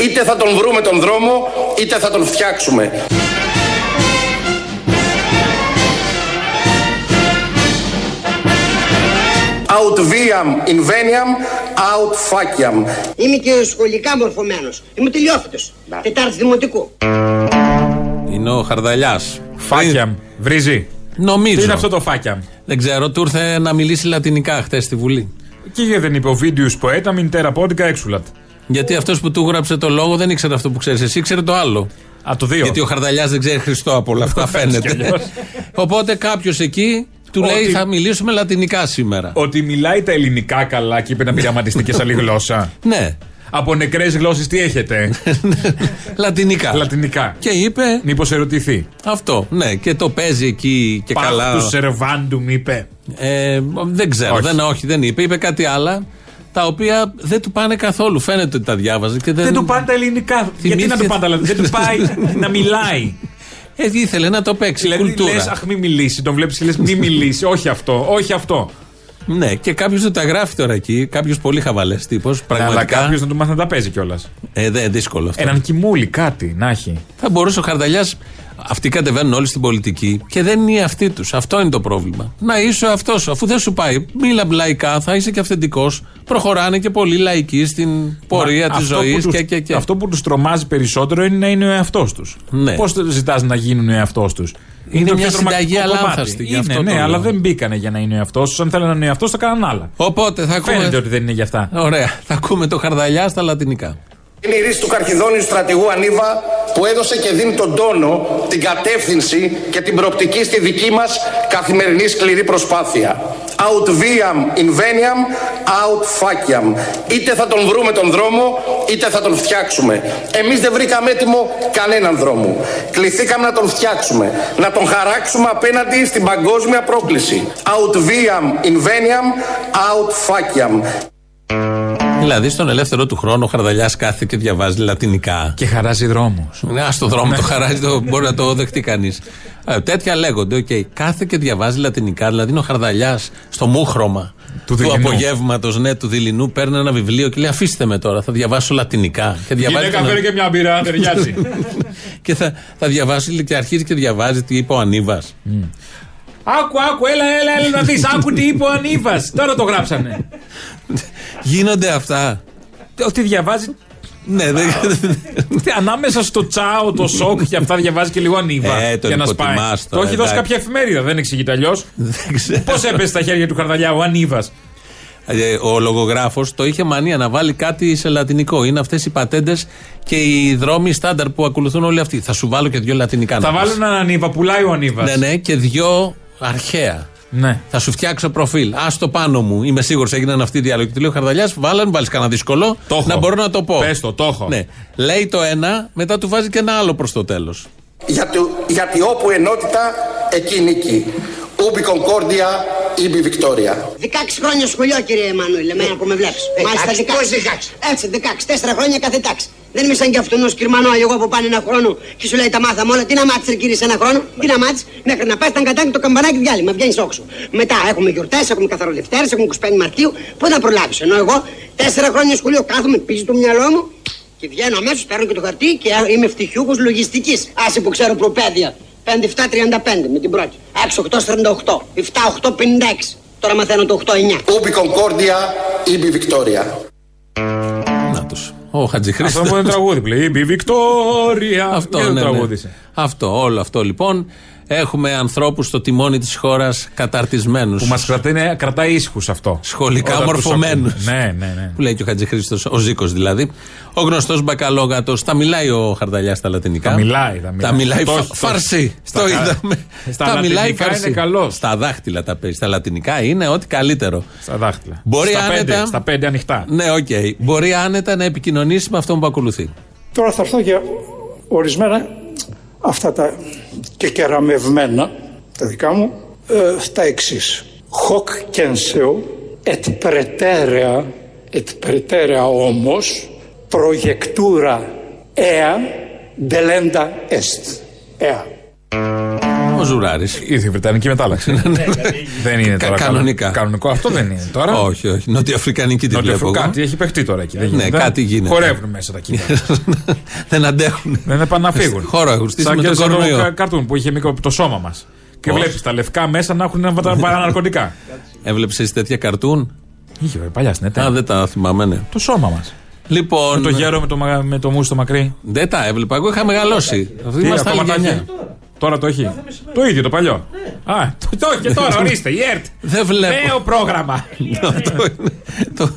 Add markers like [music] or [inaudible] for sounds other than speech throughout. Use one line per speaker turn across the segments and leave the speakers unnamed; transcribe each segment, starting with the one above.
Είτε θα τον βρούμε τον δρόμο, είτε θα τον φτιάξουμε. Out viam in veniam, out faciam.
Είμαι και σχολικά μορφωμένος. Είμαι τελειόφυτος. Τετάρτη δημοτικού.
Είναι ο Χαρδαλιάς.
Φάκιαμ. Βρίζει.
Νομίζω.
Τι είναι αυτό το φάκιαμ.
Δεν ξέρω, του ήρθε να μιλήσει λατινικά χτε στη Βουλή.
Και γιατί δεν είπε ο βίντεο ποέτα, μην τέρα πόντικα έξουλατ.
Γιατί αυτός που του γράψε το λόγο δεν ήξερε αυτό που ξέρεις. Εσύ ήξερε το άλλο.
Α, το δύο.
Γιατί ο Χαρδαλιάς δεν ξέρει Χριστό από
[laughs]
όλα αυτά,
κι
φαίνεται.
αλλιώς.
Οπότε κάποιος εκεί του
Ότι-
λέει θα μιλήσουμε λατινικά σήμερα.
Ότι μιλάει τα ελληνικά καλά και είπε να πειραματιστεί και σε άλλη γλώσσα. [laughs]
Ναι.
Από νεκρές γλώσσες τι [laughs] έχετε.
λατινικά.
Λατινικά.
Και είπε
Μήπως ερωτηθεί.
αυτό. Ναι, και το παίζει εκεί και καλά.
Πάχ του Σερβάντουμ είπε.
Ε, δεν ξέρω,
ε. Όχι.
όχι. Δεν, όχι, δεν είπε. Είπε κάτι άλλα τα οποία δεν του πάνε καθόλου. Φαίνεται ότι τα διάβαζε και δεν.
Δεν του πάνε τα ελληνικά. Γιατί να του πάνε τα λατινικά. Δεν του [laughs] πάει να μιλάει.
Ε, ήθελε να το παίξει.
Δηλαδή
κουλτούρα.
λες, αχ, μη μιλήσει. Τον βλέπεις και λες, μη μιλήσει. Όχι αυτό, όχι αυτό.
Ναι, και κάποιος του τα γράφει τώρα εκεί. Κάποιος πολύ χαβαλές τύπος.
Ναι, Αλλά
Πραγματικά.
κάποιος να του μάθει να τα παίζει κιόλας.
Ε, δε, δύσκολο αυτό.
Έναν κοιμούλι, κάτι να έχει.
Θα μπορούσε ο Χαρδαλιάς. Αυτοί κατεβαίνουν όλοι στην πολιτική και δεν είναι οι αυτοί τους. Αυτό είναι το πρόβλημα. Να είσαι αυτό σου. Αφού δεν σου πάει, μίλα λαϊκά, θα είσαι και αυθεντικός. Προχωράνε και πολλοί λαϊκοί στην πορεία
Μα
της
αυτό
ζωή
που τους-
και, και, και.
Αυτό που τους τρομάζει περισσότερο είναι να είναι ο εαυτός τους.
Ναι.
Πώς ζητάς να γίνουν ο εαυτός τους.
Είναι μια συνταγή αλάνθαστη, γι' αυτό
Είναι,
το
ναι,
λέω.
αλλά δεν μπήκανε για να είναι ο εαυτός τους. Αν θέλανε να είναι ο εαυτός, θα κάναν άλλα.
Οπότε θα ακούμε.
Φαίνεται ότι δεν είναι για αυτά.
Ωραία. Θα ακούμε το Χαρδαλιά στα λατινικά.
Είναι η ρίση του καρχιδόνιου στρατηγού Ανίβα που έδωσε και δίνει τον τόνο, την κατεύθυνση και την προοπτική στη δική μας καθημερινή σκληρή προσπάθεια. Out viam in veniam, out faciam. Είτε θα τον βρούμε τον δρόμο, είτε θα τον φτιάξουμε. Εμείς δεν βρήκαμε έτοιμο κανέναν δρόμο. Κληθήκαμε να τον φτιάξουμε, να τον χαράξουμε απέναντι στην παγκόσμια πρόκληση. Out viam in veniam, out faciam.
Δηλαδή στον ελεύθερο του χρόνο ο Χαρδαλιάς κάθε και διαβάζει λατινικά.
Και χαράζει δρόμους.
Ναι, ας το δρόμο το χαράζει, το, μπορεί να το δεχτεί κανείς. τέτοια λέγονται, οκ. Κάθε και διαβάζει λατινικά, δηλαδή είναι ο Χαρδαλιάς στο μούχρωμα
Του δειλινού.
απογεύματος, ναι, του δειλινού, παίρνει ένα βιβλίο και λέει Αφήστε με τώρα, θα διαβάσω λατινικά. Και διαβάζει. τον-
και μια μπύρα, ταιριάζει.
και θα, θα διαβάσει και αρχίζει και διαβάζει τι είπε ο Ανίβα.
[laughs] άκου, άκου, έλα, έλα, έλα να δεις. Άκου τι είπε ο Ανίβας. Τώρα το γράψανε.
Γίνονται αυτά.
Ότι διαβάζει.
Ναι, δεν. [laughs]
Ανάμεσα στο τσάο, το σοκ και αυτά διαβάζει και λίγο ανίβα.
Ε, τον
για να σπάει.
υποτιμάς
Το
τώρα,
έχει δώσει
εντάξει.
κάποια εφημερίδα, δεν εξηγείται αλλιώς.
δεν ξέρω.
Πώς έπεσε στα χέρια του Χαρδαλιά ο Ανίβας.
Ε, Ο λογογράφος το είχε μανία να βάλει κάτι σε λατινικό. Είναι αυτές οι πατέντες και οι δρόμοι στάνταρ που ακολουθούν όλοι αυτοί. Θα σου βάλω και δύο λατινικά
Θα
να πεις.
βάλω έναν Ανίβα, πουλάει ο Ανίβας.
Ναι, ναι, και δύο αρχαία.
Ναι.
Θα σου φτιάξω προφίλ. Ας το πάνω μου. Είμαι σίγουρος έγιναν αυτοί οι διάλογοι. Του λέω Χαρδαλιάς, βάλαν, βάλεις κανένα δύσκολο.
Το έχω.
να μπορώ να το πω.
Πες το, το έχω.
Ναι. Λέει το ένα, μετά του βάζει και ένα άλλο προς το τέλος.
γιατί, γιατί όπου ενότητα, εκεί νίκη. Ούμπι Κονκόρδια, Ήμπι Βικτόρια.
16 χρόνια σχολείο, κύριε Εμμανουήλ, εμένα που με βλέπεις. Μάλιστα 16. Έτσι, 16. Τέσσερα χρόνια κάθε τάξη. Δεν είμαι σαν κι αυτόν τον Κυρμανό, εγώ που πάνε ένα χρόνο και σου λέει τα μάθαμε όλα. Τι να μάθεις, κύριε, σε ένα χρόνο. Τι να μάθεις, μέχρι να πας ήταν κατάκι το καμπανάκι διάλειμμα, βγαίνεις όξο. Μετά έχουμε γιορτές, έχουμε καθαρό Δευτέρα, έχουμε 25 Μαρτίου. Πού να προλάβεις, ενώ εγώ τέσσερα χρόνια σχολείο κάθομαι, πίζει το μυαλό μου και βγαίνω αμέσως, παίρνω και το χαρτί και είμαι ευτυχιούχο λογιστικής. Άσε που ξέρω προπαίδεια. 5-7-35 με την πρώτη. 6-8-48. 7-8-56. Τώρα μαθαίνω το 8-9.
Ούμπι Κονκόρδια, Ήμπι Βικτόρια.
Να τους. Ο Χατζηχρήστος.
Αυτό που είναι τραγούδι πλέον. Η Βικτόρια.
[laughs]
Και
Αυτό, ναι,
δεν
ναι.
τραγούδισε.
Αυτό, όλο αυτό λοιπόν. Έχουμε ανθρώπους στο τιμόνι της χώρας καταρτισμένους.
Που μας κρατάει, κρατάει ήσυχους αυτό.
Σχολικά
Όταν τους
μορφωμένους.
ακούμε. Ναι, ναι, ναι.
Που λέει και ο Χατζηχρήστος, ο Ζήκος δηλαδή. Ο γνωστός μπακαλόγατος. Τα μιλάει ο Χαρδαλιά στα λατινικά.
Τα μιλάει, τα μιλάει.
Τα μιλάει
Το-
φα-
το-
φαρσί.
στα
Το
κα-
είδαμε.
στα λατινικά είναι καλός.
Στα δάχτυλα τα παίζει. Στα λατινικά είναι ό,τι καλύτερο.
Στα δάχτυλα.
Μπορεί
στα, πέντε,
άνετα-
στα πέντε ανοιχτά.
Ναι, οκ. Μπορεί άνετα να επικοινωνήσει με αυτόν που ακολουθεί.
Τώρα θα έρθω για ορισμένα αυτά τα και κεραμευμένα, τα δικά μου, ε, τα εξής. Hoc censeo et praeterea, et praeterea όμως, projectura ea delenda est. Ea.
Μαζουράρη.
Ήρθε η Βρετανική μετάλλαξη. δεν είναι
Ναι,
τώρα.
Κα-
κανο-
κανονικά.
Κανονικό αυτό δεν είναι τώρα.
Όχι, όχι. Νοτιοαφρικανική τη βλέπω.
Νοτιοφρου-
εγώ. [laughs]
Κάτι έχει παιχτεί τώρα εκεί. Δεν
Ναι,
γίνεται.
κάτι γίνεται.
Χορεύουν μέσα τα κύματα.
δεν αντέχουν.
δεν πάνε να φύγουν.
Ε, Χώρο έχουν στήσει
Σαν
με
και
τον
σαν
κορονοϊό.
κα- καρτούν που είχε μικρό το σώμα μας. Και
Πώς.
βλέπεις τα λευκά μέσα να έχουν βατα-
[laughs]
παραναρκωτικά.
Έβλεψες τέτοια καρτούν.
Είχε βέβαια, παλιά στην
Α,
ΕΤΕ.
δεν τα θυμάμαι, ναι.
Το σώμα μας.
Λοιπόν.
Το γέρο με το, μα- με το μουσ το μακρύ.
Δεν τα έβλεπα. Εγώ είχα μεγαλώσει. Αυτή
Τι,
είμαστε άλλη
ακόμα τα
γενιά.
έχει? Τώρα το έχει. Το ίδιο το παλιό. Α, το, το έχει και
[laughs]
τώρα, ορίστε. Η ΕΡΤ.
Δεν βλέπω.
Νέο
[laughs]
πρόγραμμα.
Αυτό είναι. το,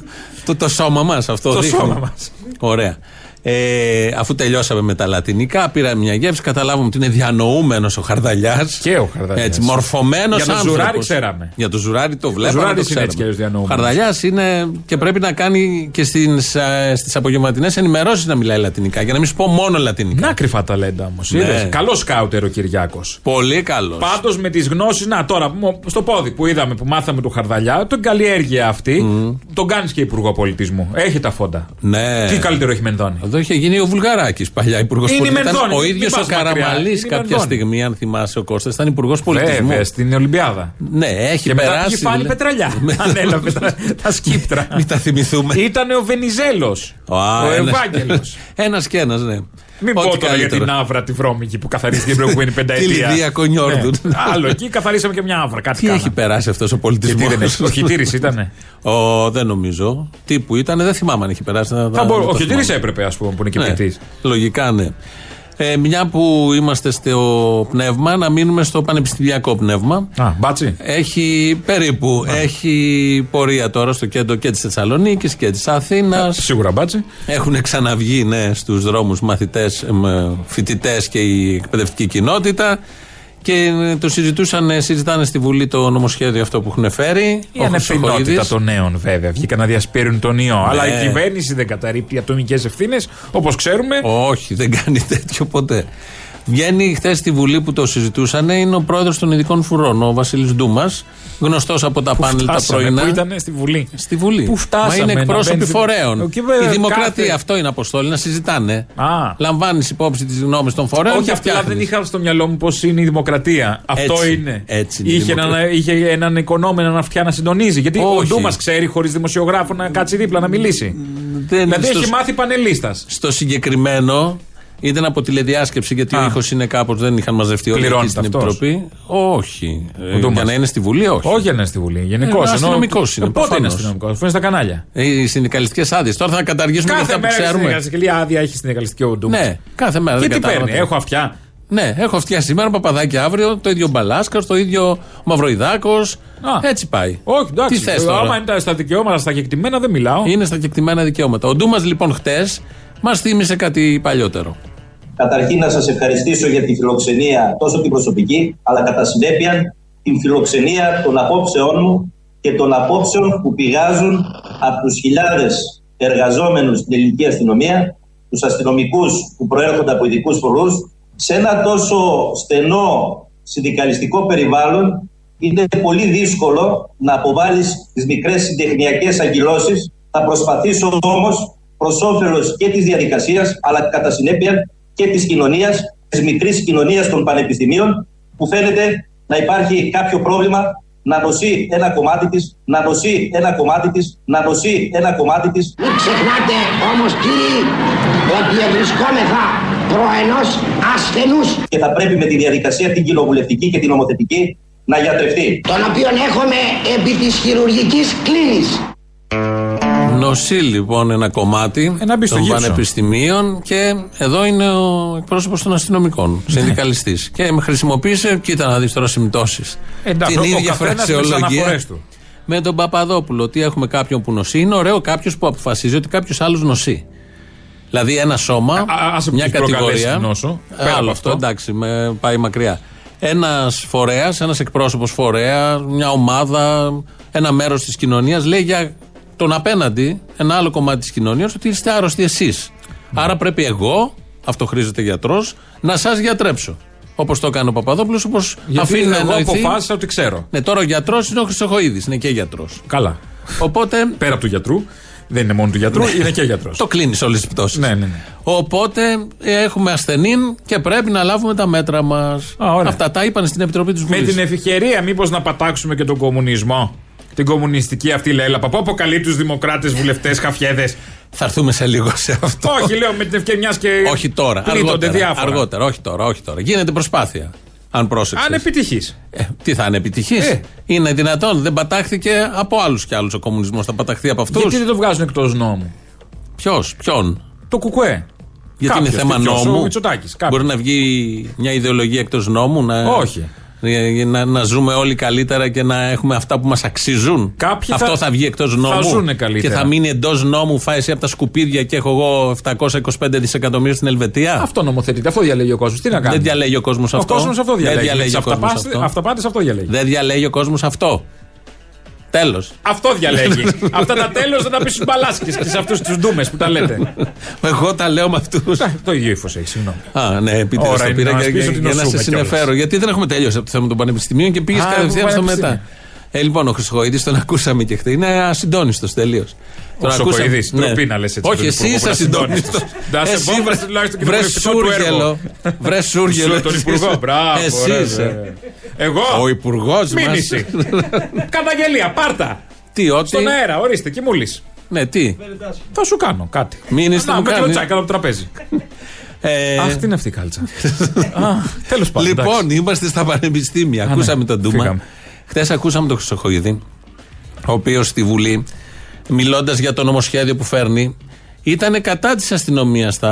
το, το σώμα μας αυτό
Το
δείχνει.
σώμα μας.
Ωραία. Ε, αφού τελειώσαμε με τα λατινικά, πήραμε μια γεύση. Καταλάβαμε ότι είναι διανοούμενος ο Χαρδαλιάς.
Και ο Χαρδαλιάς.
Έτσι, μορφωμένος
Για τον Ζουράρη ξέραμε.
Για το ζουράρι το βλέπαμε.
Ζουράρης
το
είναι έτσι κι
ξέραμε.
αλλιώς διανοούμενος.
Ο Χαρδαλιάς είναι και πρέπει να κάνει και ε, στις απογευματινές ενημερώσεις να μιλάει λατινικά. Για να μην σου πω μόνο λατινικά.
Να κρυφά ταλέντα όμως.
Ναι.
Καλός σκάουτερ ο Κυριάκος.
Πολύ καλός.
Πάντως με τις γνώσεις, να τώρα μ- στο πόδι που είδαμε, που μάθαμε του Χαρδαλιά, τον καλλιέργεια αυτή, τον κάνεις και υπουργό πολιτισμού. Έχει τα φόντα.
Ναι.
Τι καλύτερο έχει Μενδώνη.
Εδώ είχε γίνει ο Βουλγαράκης παλιά υπουργός
Είναι η
πολιτισμού.
Μενδώνη,
Ο
μην
ίδιος ο
πας μακριά.
Καραμαλής
Είναι η
κάποια
Μενδώνη.
στιγμή, αν θυμάσαι ο Κώστας, ήταν υπουργός πολιτισμού.
Βέβαια, στην Ολυμπιάδα.
Ναι, έχει
Και μετά
περάσει.
πήγε πάλι
δηλαδή.
πετραλιά. Ανέλαβε τα, τα σκύπτρα.
[laughs] Μην τα θυμηθούμε.
Ήτανε ο Βενιζέλος. Ο Ευάγγελος.
Ένας και ένας, ναι.
Μην
Ό,τι
πω τώρα για
καλύτερο.
την άβρα τη βρώμικη που καθαρίστηκε την προηγούμενη πενταετία.
[laughs] Τη Λιδία Κονιόρδου.
Ναι. Άλλο εκεί καθαρίσαμε και μια άβρα. Κάτι
Τι έχει
κάναμε.
περάσει αυτός ο
Και
πολιτισμό.
τι δεν
[laughs]
έχει. Ο χιτήρης ήταν.
Ο, δεν νομίζω. Τι που ήταν, δεν θυμάμαι αν έχει περάσει. να-
Θα
να-
μπορούσε.
να το
Ο χιτήρης
θυμάμαι.
έπρεπε, ας πούμε, που είναι και
Ναι,
ποιητή.
λογικά, ναι. Ε, μια που είμαστε στο πνεύμα, να μείνουμε στο πανεπιστημιακό πνεύμα.
Α, μπάτσι.
Έχει περίπου.
Ναι.
Έχει πορεία τώρα στο κέντρο και της Θεσσαλονίκης και της Αθήνας.
Σίγουρα μπάτσι.
Έχουν ξαναβγεί ναι, στους δρόμους μαθητές, φοιτητέ ε, και η εκπαιδευτική κοινότητα. Και ε, το συζητούσαν, ε, συζητάνε στη Βουλή το νομοσχέδιο αυτό που έχουν φέρει.
Η ανευθυνότητα των νέων, βέβαια. Βγήκαν να διασπείρουν τον ιό. Αλλά η κυβέρνηση δεν καταρρύπτει ατομικές ευθύνες, όπως ξέρουμε.
Όχι, δεν κάνει τέτοιο ποτέ. Βγαίνει χθες στη Βουλή που το συζητούσαν, είναι ο πρόεδρος των ειδικών φουρών, ο Βασίλης Ντούμας, γνωστός από τα πάνελ τα
Φτάσαμε
πρωινά.
Που ήταν στη Βουλή.
Στη Βουλή.
Πού φτάσαμε
Μα είναι
να
εκπρόσωποι
μπαίνει στη-
φορέων.
Ο κυβε-
Η δημοκρατία
κάθε-
αυτό είναι αποστόλη, να συζητάνε.
Α.
Λαμβάνεις υπόψη τις γνώμες των φορέων.
Όχι,
και
απλά
φτιάχνεις.
δεν είχα στο μυαλό μου πώς είναι η δημοκρατία. Αυτό
Έτσι,
είναι.
έτσι είναι η
είχε,
δημοκρατία.
έναν, είχε έναν οικονόμενο να φτιά να συντονίζει. Γιατί
Όχι.
ο Ντούμας ξέρει χωρίς δημοσιογράφο να κάτσει δίπλα να μιλήσει.
Δεν-
δηλαδή
στο-
έχει μάθει πανελίστας.
Στο συγκεκριμένο ήταν από τηλεδιάσκεψη γιατί ο
Α.
ήχος είναι κάπως, δεν είχαν μαζευτεί όλοι
Πληρώνεται
εκεί στην
αυτός.
Επιτροπή. Όχι. Ε, για
Ντούμας.
να είναι στη Βουλή, όχι.
Όχι ναι. ένα στη Βουλή. Γενικώς.
Ε, αστυνομικός είναι,
Πότε είναι
προφανώς.
αστυνομικός. Αφού είναι στα κανάλια.
Ε, Οι συνδικαλιστικές άδειες. Τώρα θα καταργήσουμε και
Κάθε
αυτά που
μέρα έχει
ξέρουμε.
συνεργαστική άδεια έχει συνεργαστική ο Ντούμα.
Ναι, κάθε μέρα
Και
δεν
τι
κατάλαβα
παίρνει,
τι-
έχω αυτιά.
Ναι, έχω φτιάξει σήμερα παπαδάκι αύριο, το ίδιο Μπαλάσκα, το ίδιο Μαυροϊδάκος.
Α.
Έτσι πάει.
Όχι, εντάξει. Ε,
Τι θες
άμα
τώρα. Ε,
είναι τα- στα δικαιώματα, στα κεκτημένα δεν μιλάω.
Είναι στα κεκτημένα δικαιώματα. Ο Ντούμα λοιπόν χτες μας θύμισε κάτι παλιότερο.
Καταρχήν να σας ευχαριστήσω για τη φιλοξενία, τόσο την προσωπική, αλλά κατά συνέπεια την φιλοξενία των απόψεών μου και των απόψεων που πηγάζουν από τους χιλιάδες εργαζόμενους στην ελληνική αστυνομία, τους αστυνομικούς που προέρχονται από ειδικούς φορούς, σε ένα τόσο στενό συνδικαλιστικό περιβάλλον είναι πολύ δύσκολο να αποβάλεις τις μικρές συντεχνιακές αγκυλώσεις. Θα προσπαθήσω όμως προς όφελος και της διαδικασίας αλλά κατά συνέπεια και της κοινωνίας, της μικρής κοινωνίας των πανεπιστημίων που φαίνεται να υπάρχει κάποιο πρόβλημα να δώσει ένα κομμάτι της, να δώσει ένα κομμάτι της, να δώσει ένα κομμάτι της.
Μην ξεχνάτε όμως κύριοι ότι ευρισκόμεθα προενός ασθενούς
και θα πρέπει με τη διαδικασία την κοινοβουλευτική και την νομοθετική να γιατρευτεί.
τον οποίον έχουμε επί της χειρουργικής κλίνης.
Νοσεί λοιπόν ένα κομμάτι
Ε, να μπει στο
των
γύψο.
πανεπιστημίων και εδώ είναι ο εκπρόσωπος των
Ναι.
αστυνομικών, συνδικαλιστής. και με χρησιμοποίησε, κοίτα να δεις τώρα συμπτώσεις.
Ε, Εντάξει,
Την
ο
ίδια
καθένας με τις
φραξεολογία.
αναφορές του.
Με τον Παπαδόπουλο, ότι έχουμε κάποιον που νοσεί. Είναι ωραίο κάποιος που αποφασίζει ότι κάποιος άλλος νοσεί. Δηλαδή ένα σώμα,
α, άσε που
μια
έχει προκαλέσει
κατηγορία.
την νόσο, πέρα
Άλλο
από
αυτό,
αυτό.
εντάξει, με πάει μακριά. Ένας φορέας, ένας εκπρόσωπος φορέα, μια ομάδα, ένα μέρος της κοινωνίας λέει για τον απέναντι, ένα άλλο κομμάτι της κοινωνίας, ότι είστε άρρωστοι εσείς. Άρα πρέπει εγώ, αυτό χρήζεται γιατρός, να σας γιατρέψω. Όπως το έκανε ο Παπαδόπουλος, όπως
Γιατί
αφήνει να
εγώ
εννοηθεί.
αποφάσισα ότι ξέρω.
Ναι, τώρα ο γιατρός είναι ο Χρυσοχοίδης, είναι και γιατρός.
Καλά.
Οπότε
Πέρα από του γιατρού. Δεν είναι μόνο του γιατρού, είναι και γιατρό.
Ναι. Το κλείνεις όλες τις πτώσεις.
Ναι, ναι, ναι.
Οπότε ε, έχουμε ασθενήν και πρέπει να λάβουμε τα μέτρα μας.
Α, ωραία.
Αυτά τα είπαν στην Επιτροπή τους
Με
Βουλής.
την ευκαιρία, μήπως να πατάξουμε και τον κομμουνισμό. Την κομμουνιστική αυτή λέλαπα που αποκαλεί τους δημοκράτες, βουλευτές, χαφιέδες.
Θα έρθουμε σε λίγο σε αυτό.
Όχι, λέω με την ευκαιρία μιας και.
Όχι τώρα.
πλήττονται
Αργότερα,
διάφορα.
αργότερα. Όχι τώρα, όχι τώρα. Γίνεται προσπάθεια. Αν πρόσεξες.
Αν επιτυχείς.
τι θα είναι επιτυχή.
Ε.
Είναι δυνατόν. Δεν πατάχθηκε από άλλους κι άλλους ο κομμουνισμός. Θα παταχθεί από αυτούς.
Γιατί δεν το βγάζουν εκτός νόμου.
Ποιος, ποιον.
Το κουκουέ.
Γιατί
Κάποιος,
είναι θέμα
τέτοιος, ο
νόμου.
Μητσοτάκης, κάποιος.
Μπορεί να βγει μια ιδεολογία εκτός νόμου. Να,
Όχι.
ε, Να, να ζούμε όλοι καλύτερα και να έχουμε αυτά που μας αξίζουν.
Κάποιοι
Αυτό θα,
θα-
βγει εκτός νόμου.
ζουνε καλύτερα.
Και θα μείνει εντός νόμου. Φάει εσύ από τα σκουπίδια και έχω εγώ 725 δισεκατομμύρια στην Ελβετία.
Αυτό νομοθετείται. Αυτό διαλέγει ο κόσμος. Τι να κάνει.
Δεν διαλέγει ο κόσμος αυτό.
Ο κόσμος αυτό
Δεν
διαλέγει.
διαλέγει ο κόσμο αυτό. Ναι.
Αυταπάτε αυτό διαλέγει.
Δεν διαλέγει ο κόσμος αυτό. Τέλος.
Αυτό
[laughs]
διαλέγει.
Ναι.
Αυτά τα τέλος δεν τα πεις στους μπαλάσκες και σε αυτούς τους ντούμες που τα λέτε.
Ναι.
Ε,
Εγώ τα λέω με αυτούς.
[laughs] Το ίδιο ύφος έχει, συγγνώμη.
Α, ναι, επίτηδε
Ώρα
το
είναι
πήρα
να μας
για,
πεις
για-
ότι
για να
νοσούμε
σε συνεφέρω.
κιόλας.
Γιατί δεν έχουμε τελειώσει από το θέμα των πανεπιστημίων και πήγες
Α,
κατευθείαν
από
στο
πανεπιστήμια.
μετά. Ε, λοιπόν, ο Χρυσοχοίδης τον ακούσαμε και χθες. Είναι ασυντόνιστος τελείως.
Χρυσοχοϊδής, ντροπή να λες έτσι
Ναι. Όχι,
τον
εσύ
υπουργό που
είσαι
είναι
ασυντόνιστο.
ασυντόνιστος. Να σε βόμβασε τουλάχιστον και το βουλευτικό του
Σούργελο. Βρε Σούργελο.
Σου τον
εσύ
υπουργό.
είσαι.
Μπράβο. ρε,
Εσύ είσαι.
ρε. Εγώ.
Ο υπουργός μας. [laughs]
Μήνυση. Καταγγελία, πάρτα.
Τι, ότι.
Στον αέρα, ορίστε, και μουλή.
Ναι, τι.
Θα σου κάνω κάτι.
Μήνυση θα
Να,
μου
με και το
κάνει.
τσάκα από το τραπέζι.
Ε,
Αχ, τι είναι αυτή η
[laughs]
κάλτσα. Τέλος πάντων.
Λοιπόν,
εντάξει.
είμαστε στα πανεπιστήμια. ακούσαμε
ναι,
τον Ντούμα.
φύγαμε.
Χθες ακούσαμε τον Χρυσοχοίδη, ο οποίος στη Βουλή, μιλώντας για το νομοσχέδιο που φέρνει, ήταν κατά της αστυνομίας στα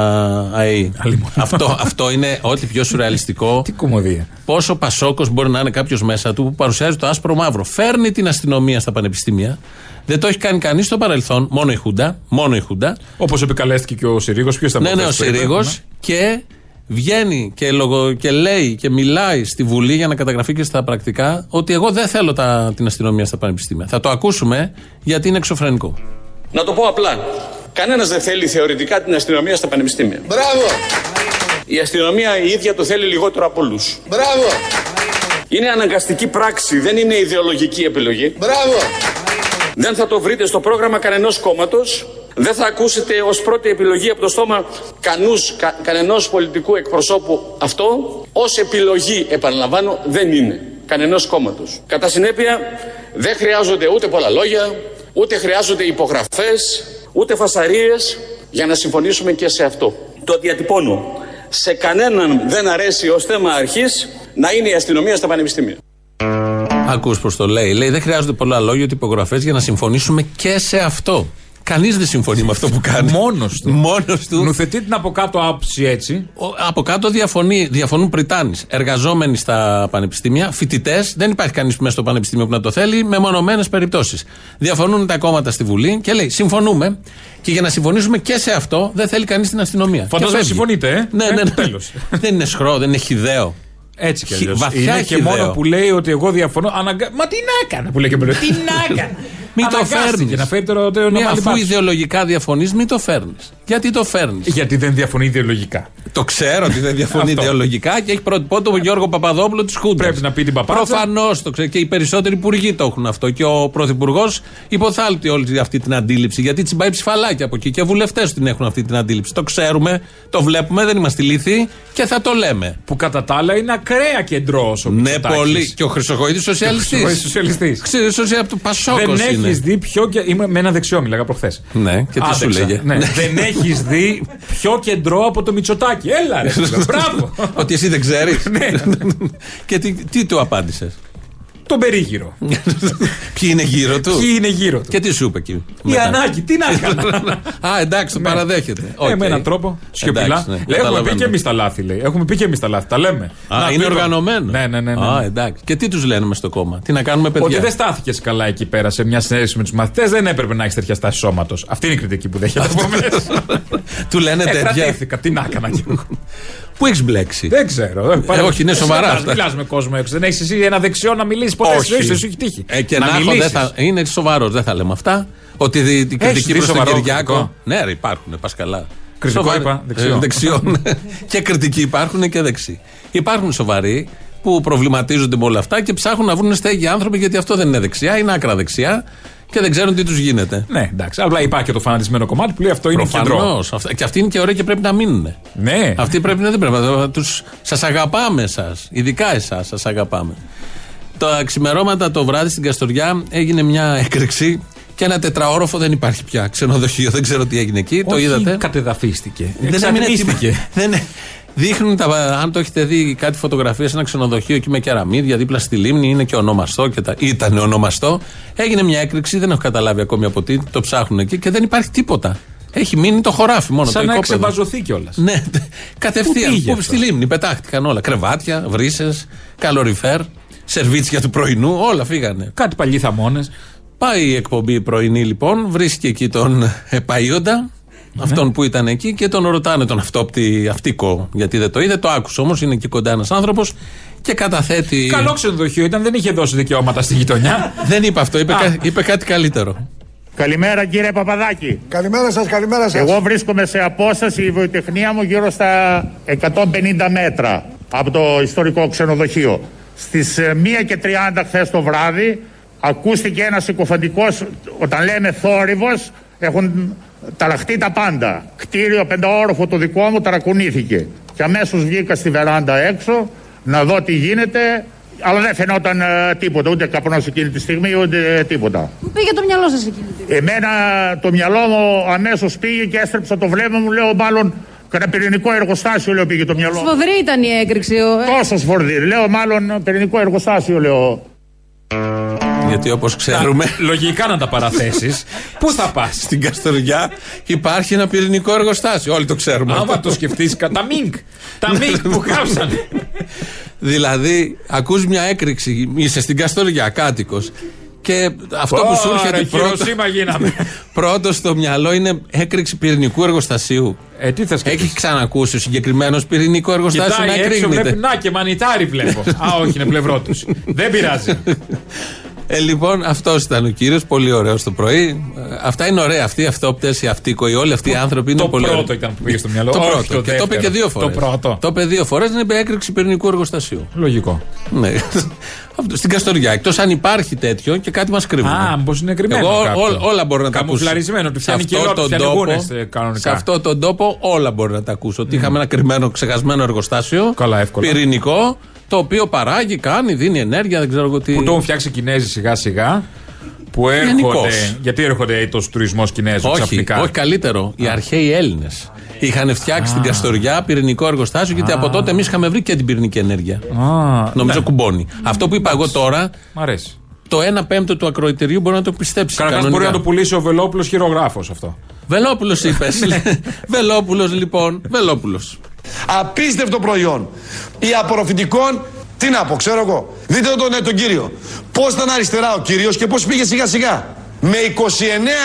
ΑΕΗ.
Αλίμονο.
αυτό, αυτό είναι ό,τι πιο σουρεαλιστικό.
Τι κομμωδία.
Πόσο πασόκος μπορεί να είναι κάποιος μέσα του που παρουσιάζει το άσπρο μαύρο. Φέρνει την αστυνομία στα πανεπιστήμια. Δεν το έχει κάνει κανείς στο παρελθόν. Μόνο η Χούντα. Μόνο η Χούντα.
Όπως επικαλέστηκε και ο Συρίγος, ποιος ήταν
Ναι, ναι, ο
προφέσορ,
Συρίγο.
ήταν,
Και βγαίνει και, λογο, και λέει και μιλάει στη Βουλή για να καταγραφεί και στα πρακτικά ότι εγώ δεν θέλω τα, την αστυνομία στα πανεπιστήμια. Θα το ακούσουμε γιατί είναι εξωφρενικό.
Να το πω απλά. Κανένας δεν θέλει θεωρητικά την αστυνομία στα πανεπιστήμια. Μπράβο! Η αστυνομία η ίδια το θέλει λιγότερο από όλους. Μπράβο! Είναι αναγκαστική πράξη, δεν είναι ιδεολογική επιλογή. Μπράβο! Δεν θα το βρείτε στο πρόγραμμα κανενός κόμματος. Δεν θα ακούσετε ως πρώτη επιλογή από το στόμα κανούς, κα, κανενός πολιτικού εκπροσώπου αυτό. Ως επιλογή, επαναλαμβάνω, δεν είναι. Κανενός κόμματος. Κατά συνέπεια, δεν χρειάζονται ούτε πολλά λόγια, ούτε χρειάζονται υπογραφές, ούτε φασαρίες για να συμφωνήσουμε και σε αυτό. Το διατυπώνω. Σε κανέναν δεν αρέσει ως θέμα αρχής να είναι η αστυνομία στα πανεπιστήμια.
Ακούς πώς το λέει. Λέει δεν χρειάζονται πολλά λόγια ούτε υπογραφές για να συμφωνήσουμε και σε αυτό. Κανείς δεν συμφωνεί με αυτό που κάνει.
Μόνος του.
Μόνος του.
Νουθετεί ναι. την από κάτω άποψη έτσι.
Ο- Από κάτω διαφωνεί, διαφωνούν πριτάνει. Εργαζόμενοι στα πανεπιστήμια, φοιτητές, δεν υπάρχει κανείς μέσα στο πανεπιστήμιο που να το θέλει, με μονομένες περιπτώσεις. Διαφωνούν τα κόμματα στη Βουλή και λέει: Συμφωνούμε. Και για να συμφωνήσουμε και σε αυτό, δεν θέλει κανείς την αστυνομία.
Φαντάζομαι
Και φεύγει.
συμφωνείτε, ε.
Ναι, ναι,
Ε,
ναι.
τέλος.
[laughs] δεν είναι σχρό, δεν είναι χιδαίο.
Έτσι κι
Χι-
αλλιώς.
βαθιά
Είναι και
χιδαίο.
μόνο που λέει ότι εγώ διαφωνώ. Αναγκα... Μα τι να έκανα που λέει και μπλε. Τι
[laughs]
να έκανα.
Μην το
Αναγκάστηκε
φέρνεις.
Να φέρει το το όνομα
Αφού
Λιμπάτσου.
ιδεολογικά διαφωνείς, μην το φέρνεις. Γιατί το φέρνεις.
Γιατί δεν διαφωνεί ιδεολογικά.
Το ξέρω ότι δεν διαφωνεί
Αυτό.
ιδεολογικά και έχει πρότυπο τον Γιώργο Παπαδόπουλο της Χούντας.
Πρέπει να πει την παπάτσα.
Προφανώς το ξέρει και οι περισσότεροι υπουργοί το έχουν αυτό. Και ο Πρωθυπουργός υποθάλπτει όλη αυτή την αντίληψη. Γιατί τσιμπάει ψηφαλάκια από εκεί και βουλευτές την έχουν αυτή την αντίληψη. Το ξέρουμε, το βλέπουμε, δεν είμαστε λύθοι και θα το λέμε.
Που κατά τα άλλα είναι ακραία κεντρό ο
Ναι,
Μητσοτάκης.
πολύ. Και ο Χρυσοχοίδης σοσιαλιστή.
Ο σοσιαλιστής.
Σοσιαλιστής από το Πασόκος
Δεν
είναι.
έχεις δει πιο. και- Είμαι με ένα δεξιό, μιλάγα προχθές.
Ναι, και τι σου λέγε.
Ναι.
Ναι.
δεν έχεις δει πιο κεντρό από το Μητσοτάκι. Έλα, ρε.
[laughs]
φίλε, Μπράβο.
Ότι εσύ δεν ξέρεις.
Ναι.
[laughs] και τι, τι του απάντησες.
Τον περίγυρο.
[laughs] Ποιοι είναι γύρω του.
Ναι. Ποιοι είναι γύρω του.
Και τι σου είπε εκεί.
Η
μετά? [laughs]
ανάγκη, τι να έκανα.
Α, εντάξει, το παραδέχεται.
Ε,
Οκ.
με έναν τρόπο. Σιωπηλά.
Εντάξει, ναι,
Λέει, έχουμε πει
καταλαβαίνω.
και εμείς τα λάθη, λέει. Έχουμε πει και εμείς τα λάθη. Τα λέμε.
Α,
Να,
είναι
το είπα.
οργανωμένο.
Ναι, ναι, ναι. ναι.
Α, εντάξει. Και τι τους λένε μες στο κόμμα. Τι να κάνουμε, παιδιά.
Ότι δεν στάθηκες καλά εκεί πέρα σε μια συνέντευξη με τους μαθητές, δεν έπρεπε να έχεις τέτοια στάση σώματος. Αυτή είναι η κριτική που δέχεται από μέσα.
[laughs] του λένε
Ε,
τέτοια.
κρατήθηκα. Τι να έκανα κι εγώ.
Πού έχεις μπλέξει.
Δεν ξέρω.
Ε, όχι, είναι σοβαρά αυτά.
Μιλά με κόσμο έξω. Δεν έχεις εσύ ένα δεξιό να μιλήσεις ποτέ στη ζωή σου. Σου έχει τύχει.
Ε, και να έχω, δεν
μιλήσεις.
θα, είναι σοβαρός, δεν θα λέμε αυτά. Ότι δι- την
Έχεις
κριτική
δει
προς τον
σοβαρό
Κυριάκο.
κριτικό?
Ναι, ρε, υπάρχουν, πας καλά. Ε,
Κριτικό είπα, δεξιό. [laughs]
δεξιό, ναι. και κριτική υπάρχουν και δεξί. Υπάρχουν σοβαροί που προβληματίζονται με όλα αυτά και ψάχνουν να βρουν στέγη άνθρωποι γιατί αυτό δεν είναι δεξιά, είναι άκρα δεξιά και δεν ξέρουν τι τους γίνεται.
Ναι, εντάξει. Αλλά υπάρχει και το φανατισμένο κομμάτι που λέει αυτό είναι κεντρό.
Προφανώς. Και αυτοί είναι και ωραίοι και πρέπει να μείνουν.
Ναι.
Αυτοί πρέπει να δεν πρέπει να τους... Σας αγαπάμε εσάς. Ειδικά εσάς, σας αγαπάμε. Τα ξημερώματα το βράδυ στην Καστοριά έγινε μια έκρηξη και ένα τετραόροφο δεν υπάρχει πια. Ξενοδοχείο, δεν ξέρω τι έγινε εκεί. το
Όχι,
είδατε.
Κατεδαφίστηκε.
Δεν έμεινε
Εξατμίστηκε.
τίποτα. Δεν... ε, Δείχνουν, τα, αν το έχετε δει, κάτι φωτογραφίες σε ένα ξενοδοχείο εκεί με κεραμίδια δίπλα στη λίμνη. Είναι και ονομαστό και τα. Ήταν ονομαστό. Έγινε μια έκρηξη, δεν έχω καταλάβει ακόμη από τι. Το ψάχνουν εκεί και δεν υπάρχει τίποτα. Έχει μείνει το χωράφι μόνο
Σαν
το
να
οικόπεδο.
εξεμπαζωθεί κιόλας.
Ναι,
Πού
κατευθείαν.
πήγε
Πού, στη λίμνη πετάχτηκαν όλα. Κρεβάτια, βρύσες, καλοριφέρ, σερβίτσια του πρωινού, όλα φύγανε.
Κάτι παλιοί θαμώνες.
Πάει η εκπομπή πρωινή λοιπόν, βρίσκει εκεί τον επαΐοντα,
Ναι.
αυτόν που ήταν εκεί και τον ρωτάνε τον αυτόπτη αυτίκο γιατί δεν το είδε, το άκουσε όμως, είναι εκεί κοντά ένας άνθρωπος και καταθέτει...
Καλό ξενοδοχείο ήταν, δεν είχε δώσει δικαιώματα στη
[laughs]
γειτονιά.
Δεν είπε αυτό, είπε, κα- είπε κάτι καλύτερο.
Καλημέρα κύριε Παπαδάκη.
Καλημέρα σας, καλημέρα σας.
Εγώ βρίσκομαι σε απόσταση η βιοτεχνία μου γύρω στα 150 μέτρα από το ιστορικό ξενοδοχείο. Στις ε, 1 και 30 χθες το βράδυ ακούστηκε ένας συκοφαντικός, όταν λέμε θόρυβος, έχουν ταραχτεί τα πάντα. Κτίριο πενταόροφο το δικό μου ταρακουνήθηκε. Και αμέσως βγήκα στη βεράντα έξω να δω τι γίνεται, αλλά δεν φαινόταν ε, τίποτα, ούτε καπνός εκείνη τη στιγμή, ούτε ε, τίποτα.
Πού πήγε το μυαλό σας εκείνη τη
Εμένα το μυαλό μου αμέσως πήγε και έστρεψα το βλέμμα μου. Λέω, μάλλον κανένα πυρηνικό εργοστάσιο, λέω, πήγε το μυαλό μου.
Σφοδρή ήταν η έκρηξη. Ο... ε.
Τόσο σφορδί. Λέω, μάλλον πυρηνικό εργοστάσιο, λέω.
Γιατί όπως ξέρουμε
Λογικά να τα παραθέσεις. Πού θα πας.
στην Καστοριά υπάρχει ένα πυρηνικό εργοστάσιο, όλοι το ξέρουμε.
Άμα το σκεφτείς, τα μίνκ.
Ναι.
Τα μίνκ που κάψανε.
Δηλαδή, ακούς μια έκρηξη, είσαι στην Καστοριά, κάτοικος. Και αυτό που σου
Ωρα,
έρχεται πρώτο,
Χειροσύμα γίναμε.
πρώτο στο μυαλό είναι έκρηξη πυρηνικού εργοστασίου.
Ε, τι θα σκεφτεί.
Έχει ξανακούσει ο συγκεκριμένος πυρηνικό εργοστάσιο
Κοιτάει
να
έξω, βλέπει.
κρύβεται.
Να και μανιτάρι
[laughs]
βλέπω. Α, όχι, είναι πλευρό τους. Δεν πειράζει.
Ε, λοιπόν, αυτός ήταν ο κύριος. Πολύ ωραίος το πρωί. Ε, αυτά είναι ωραία. Αυτοί οι αυτόπτες, οι αυτίκοοι, όλοι αυτοί οι άνθρωποι είναι
το
πολύ
πρώτο
ωραίοι.
ήταν που πήγε στο μυαλό.
Το
όχι
πρώτο. και το είπε
δεύτερο.
και δύο φορέ.
Το πρώτο.
Το είπε δύο φορές, είναι έκρηξη πυρηνικού εργοστασίου.
Λογικό.
Ναι. Αυτό, Στην Καστοριά. Εκτός αν υπάρχει τέτοιο και κάτι μας κρύβουν.
Α, μήπως είναι κρυμμένο
Εγώ
κάποιο.
ό, όλα μπορώ να τα ακούσω.
Καμουφλαρισμένο, ότι
Σε
φτιάχνει
αυτό
κιλό,
τον
φτιάχνει γούνες, ε, κανονικά.
σε αυτό τον τόπο όλα μπορώ να τα ακούσω. Ότι είχαμε ένα κρυμμένο, ξεχασμένο εργοστάσιο.
Καλά, εύκολα.
Πυρηνικό. Το οποίο παράγει, κάνει, δίνει ενέργεια, δεν ξέρω εγώ τι.
Που το έχουν φτιάξει οι Κινέζοι σιγά σιγά. Που έρχονται.
Γενικώς.
Γιατί έρχονται το τουρισμός Κινέζων
όχι,
ξαφνικά.
όχι καλύτερο. Οι αρχαίοι Έλληνες είχαν φτιάξει την Καστοριά πυρηνικό εργοστάσιο γιατί από τότε εμείς είχαμε βρει και την πυρηνική ενέργεια.
Α,
Νομίζω κουμπώνει. Αυτό που είπα εγώ τώρα,
Μ' αρέσει.
το 1 πέμπτο του ακροητηρίου μπορεί να το πιστέψει.
Καταρχά μπορεί
κανονικά.
να το πουλήσει ο Βελόπουλος χειρογράφος αυτό.
Βελόπουλος είπες.
Ναι.
Βελόπουλος λοιπόν. Βελόπουλος.
Απίστευτο προϊόν. Η απορροφητικών, τι να πω, ξέρω εγώ. Δείτε τον, ε, τον κύριο. Πώς ήταν αριστερά ο κύριος και πώς πήγε σιγά σιγά. Με 29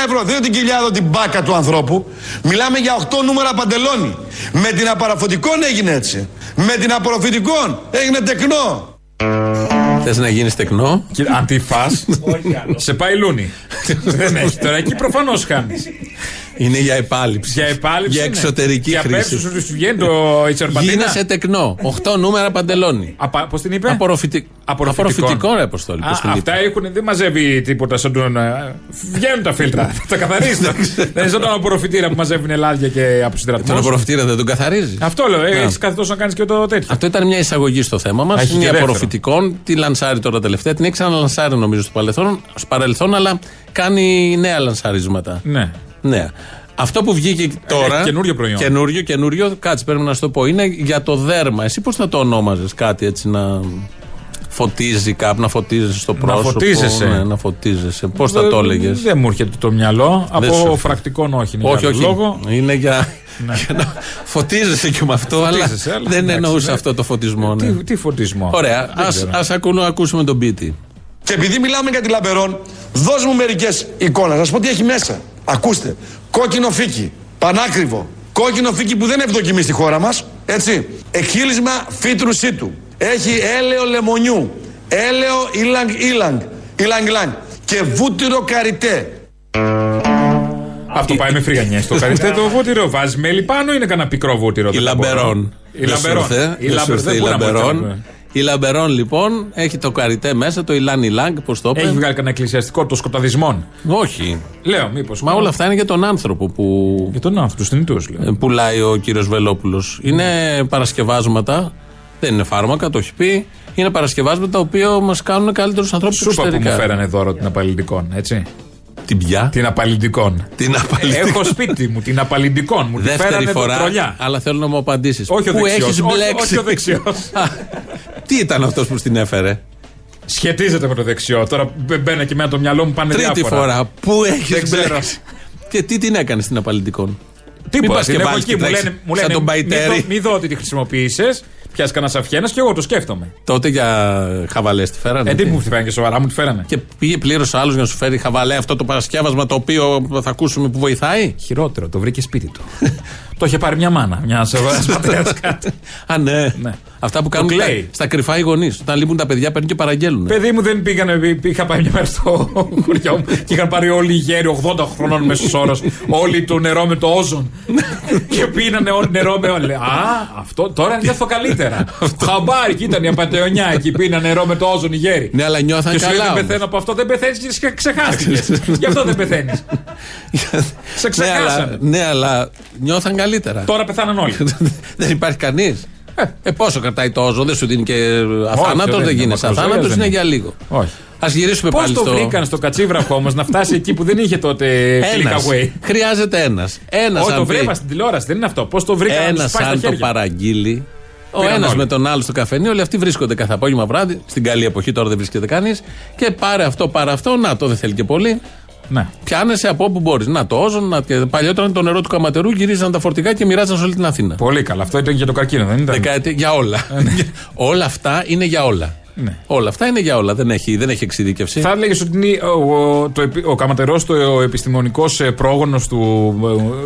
ευρώ, δείτε την κοιλιά εδώ την μπάκα του ανθρώπου. Μιλάμε για 8 νούμερα παντελόνι. Με την απορροφητικών έγινε έτσι. Με την απορροφητικών έγινε τεκνό.
Θες να γίνεις τεκνό.
Και αν τη φας, σε πάει λούνη. Δεν έχει τώρα. Εκεί προφανώς χάνεις.
Είναι για επάλυψη.
Για επάλυψη.
Για
ναι.
εξωτερική
Για
χρήση.
πέψου σου βγαίνει το Ιτσορμπαντίνα.
Γίνεσαι τεκνό. 8 νούμερα παντελόνι.
Πώς την είπε?
Απορροφητικ... Απορροφητικό ρε Αποστόλη.
Ναι. Α,
πώς το
αυτά
λείπει.
έχουν, δεν μαζεύει τίποτα σαν τον. ε, Βγαίνουν τα
Ναι.
φίλτρα. Θα τα καθαρίζει. δεν είναι σαν τον απορροφητήρα που μαζεύει ελάδια και
Τον
αποσυντρατισμό.
απορροφητήρα δεν τον καθαρίζεις.
Αυτό λέω.
Ναι.
Έχεις καθόλου να κάνεις και το τέτοιο.
Αυτό ήταν μια εισαγωγή στο θέμα μας.
Α, έχει
Είναι
και δεύτερο.
απορροφητικών. Τη λανσάρει τώρα τελευταία. Την έχει ξαναλανσάρει νομίζω στο παρελθόν, στο παρελθόν, αλλά κάνει νέα λανσαρίσματα.
Ναι.
Ναι. Αυτό που βγήκε τώρα.
Ε, καινούριο προϊόν.
Καινούριο, καινούριο. Κάτσε, πρέπει να σου το πω. Είναι για το δέρμα. Εσύ πώς θα το ονόμαζες κάτι έτσι να φωτίζει κάπου, να φωτίζεσαι στο πρόσωπο.
φωτίζεσαι.
Ναι, να φωτίζεσαι. Πώς θα
Δεν-
το έλεγες.
Δεν μου έρχεται το μυαλό.
Δεν σου
Από
έρχεται.
φρακτικών όχι. είναι
Όχι,
για
όχι.
άλλο Λόγο. Ναι.
Είναι
[laughs]
για. για να φωτίζεσαι και με αυτό, αλλά
Φωτίζεσαι, αλλά
δεν
εντάξει,
εννοούσε
ναι.
αυτό το φωτισμό. ναι.
Τι, τι φωτισμό.
Ωραία.
Δεν ξέρω.
Ας ακούσουμε τον πίτη.
Και επειδή μιλάμε για τη Λαμπερόν, δώσ' μου μερικές εικόνες. Να σου πω τι έχει μέσα. Ακούστε. Κόκκινο φίκι. Πανάκριβο. Κόκκινο φίκι που δεν είναι ευδοκιμή στη χώρα μας. Έτσι. Εκχύλισμα φύτρου σύτου. Έχει έλαιο λεμονιού. Έλαιο ήλαγκ ήλαγκ. Ήλαγκ ήλαγκ. Και βούτυρο καριτέ.
Αυτό πάει με φρυγανιέ.
[laughs]
Το χαριστέ το βούτυρο. Βάζεις μέλι πάνω ή είναι κανένα πικρό βούτυρο.
Η
δεν τα μπορώ.
Λαμπερόν.
Η
Δεν σου
Λαμπερόν.
ήρθε,
Η
δεν σου
Λαμπερόν. δεν
ήρθε Η
μπορούμε να
Λαμπερόν.
πούμε.
Η Λαμπερόν λοιπόν έχει το καριτέ μέσα, το Ιλάν Ιλάνγκ, πώς το είπε.
Έχει βγάλει κανένα εκκλησιαστικό των σκοταδισμών.
Όχι.
Λέω, μήπως.
Μα όλα αυτά είναι για τον άνθρωπο που. Για
τον άνθρωπο, τους θνητούς
Ε, Πουλάει ο κύριος Βελόπουλος. Είναι παρασκευάσματα. Δεν είναι φάρμακα, το έχει πει. Είναι παρασκευάσματα τα οποία μας κάνουν καλύτερους ανθρώπους
Σούπα που μου φέρανε δώρο την απαλληλικών, έτσι.
Την πια.
Την απαλληλικών.
Την απαλληλικών.
Έχω σπίτι μου, την απαλληλικών. Μου τη
Δεύτερη
φέρανε
φορά,
το τρολιά.
αλλά θέλω να μου απαντήσεις.
Όχι ο
Πού
δεξιός,
έχεις
όχι-
μπλέξει.
όχι ο δεξιός.
Α, Τι ήταν αυτός που στην έφερε.
Σχετίζεται με το δεξιό. Τώρα μπ- μπαίνει και εμένα το μυαλό μου πάνε
Τρίτη
διάφορα.
φορά. Πού έχει
Δεν ξέρω.
μπλέξει. Και τι την έκανε στην απαλληλικών. Μην
Τίποτα.
πας
Την
και
έχω
βάλεις
εκεί.
και
Μου
τρέξεις
λένε, μου
σαν
λένε
τον Μπαϊτέρη.
μη, δω- μη δω ότι τη χρησιμοποίησες. Πιάσει κανένα αφιένα και εγώ το σκέφτομαι.
Τότε για χαβαλές τη φέρανε.
Ε, τι
τι?
μου τη φέρανε και σοβαρά μου τη φέρανε.
Και πήγε πλήρω άλλο για να σου φέρει χαβαλέ αυτό το παρασκεύασμα το οποίο θα ακούσουμε που βοηθάει. [laughs]
Χειρότερο, το βρήκε σπίτι του. [laughs] το είχε πάρει μια μάνα, μια σοβαρά
[laughs]
πατέρα κάτι.
Α, ναι. Αυτά που κάνουν
κλαίει.
τα- στα κρυφά οι γονείς. Όταν λείπουν τα παιδιά παίρνουν και παραγγέλνουν.
Παιδί μου δεν πήγανε, είχα πάει μια μέρα στο χωριό μου και είχαν πάρει όλοι οι γέροι 80 χρόνων μέσος όρο. Όλοι το νερό με το όζον. και πίνανε όλοι νερό με όλοι. Α, αυτό τώρα νιώθω καλύτερα. Χαμπάρι, και ήταν η απαταιωνιά εκεί, πίνανε νερό με το όζον οι γέροι.
Ναι, αλλά νιώθαν
και σου λέει,
καλά
δεν
όμως. [laughs]
πεθαίνω από αυτό, δεν πεθαίνεις και ξεχάστηκες. Γι' αυτό δεν πεθαίνεις. Σε
Ναι,
ξεχάσανε.
αλλά, ναι, αλλά νιώθαν καλύτερα.
Τώρα πεθάναν όλοι.
[laughs] δεν υπάρχει κανείς. Ε, πόσο κρατάει το όζο, δεν σου δίνει και
δεν
αθάνατο,
είναι
δεν γίνεσαι.
μακροζωίας,
Αθάνατο
δεν
είναι
είναι.
για λίγο.
Όχι.
Ας γυρίσουμε
Πώς
πάλι
το
στο.
βρήκαν στο κατσίβραχο όμως να φτάσει εκεί που δεν είχε τότε
Ένας.
click away.
Χρειάζεται ένας. Ένας
Όχι, το
αν πει.
βρήκα στην τηλεόραση, δεν είναι αυτό. Πώς το βρήκα να
Ένα
του πάει στα
αν το
χέρια.
παραγγείλει. Ο
Πήραν
ένας
όλοι.
με τον άλλο στο καφενείο, όλοι αυτοί βρίσκονται κάθε απόγευμα βράδυ. Στην καλή εποχή τώρα δεν βρίσκεται κανείς. Και πάρε αυτό, πάρε αυτό. Να το, δεν θέλει και πολύ.
Ναι.
Πιάνεσαι από όπου μπορείς. Να το όζον. Να... και Παλιότερα το νερό του καματερού γυρίζαν τα φορτικά και μοιράζαν σε όλη την Αθήνα.
Πολύ καλά. Αυτό ήταν για το καρκίνο, δεν ήταν.
Δεκαετία- για όλα. [laughs] όλα αυτά είναι για όλα.
Ναι.
Όλα αυτά είναι για όλα. Δεν έχει, δεν έχει εξειδίκευση.
Θα έλεγες ότι είναι ο, ο, το, επι- ο καματερός, ο επιστημονικό πρόγονο ε, του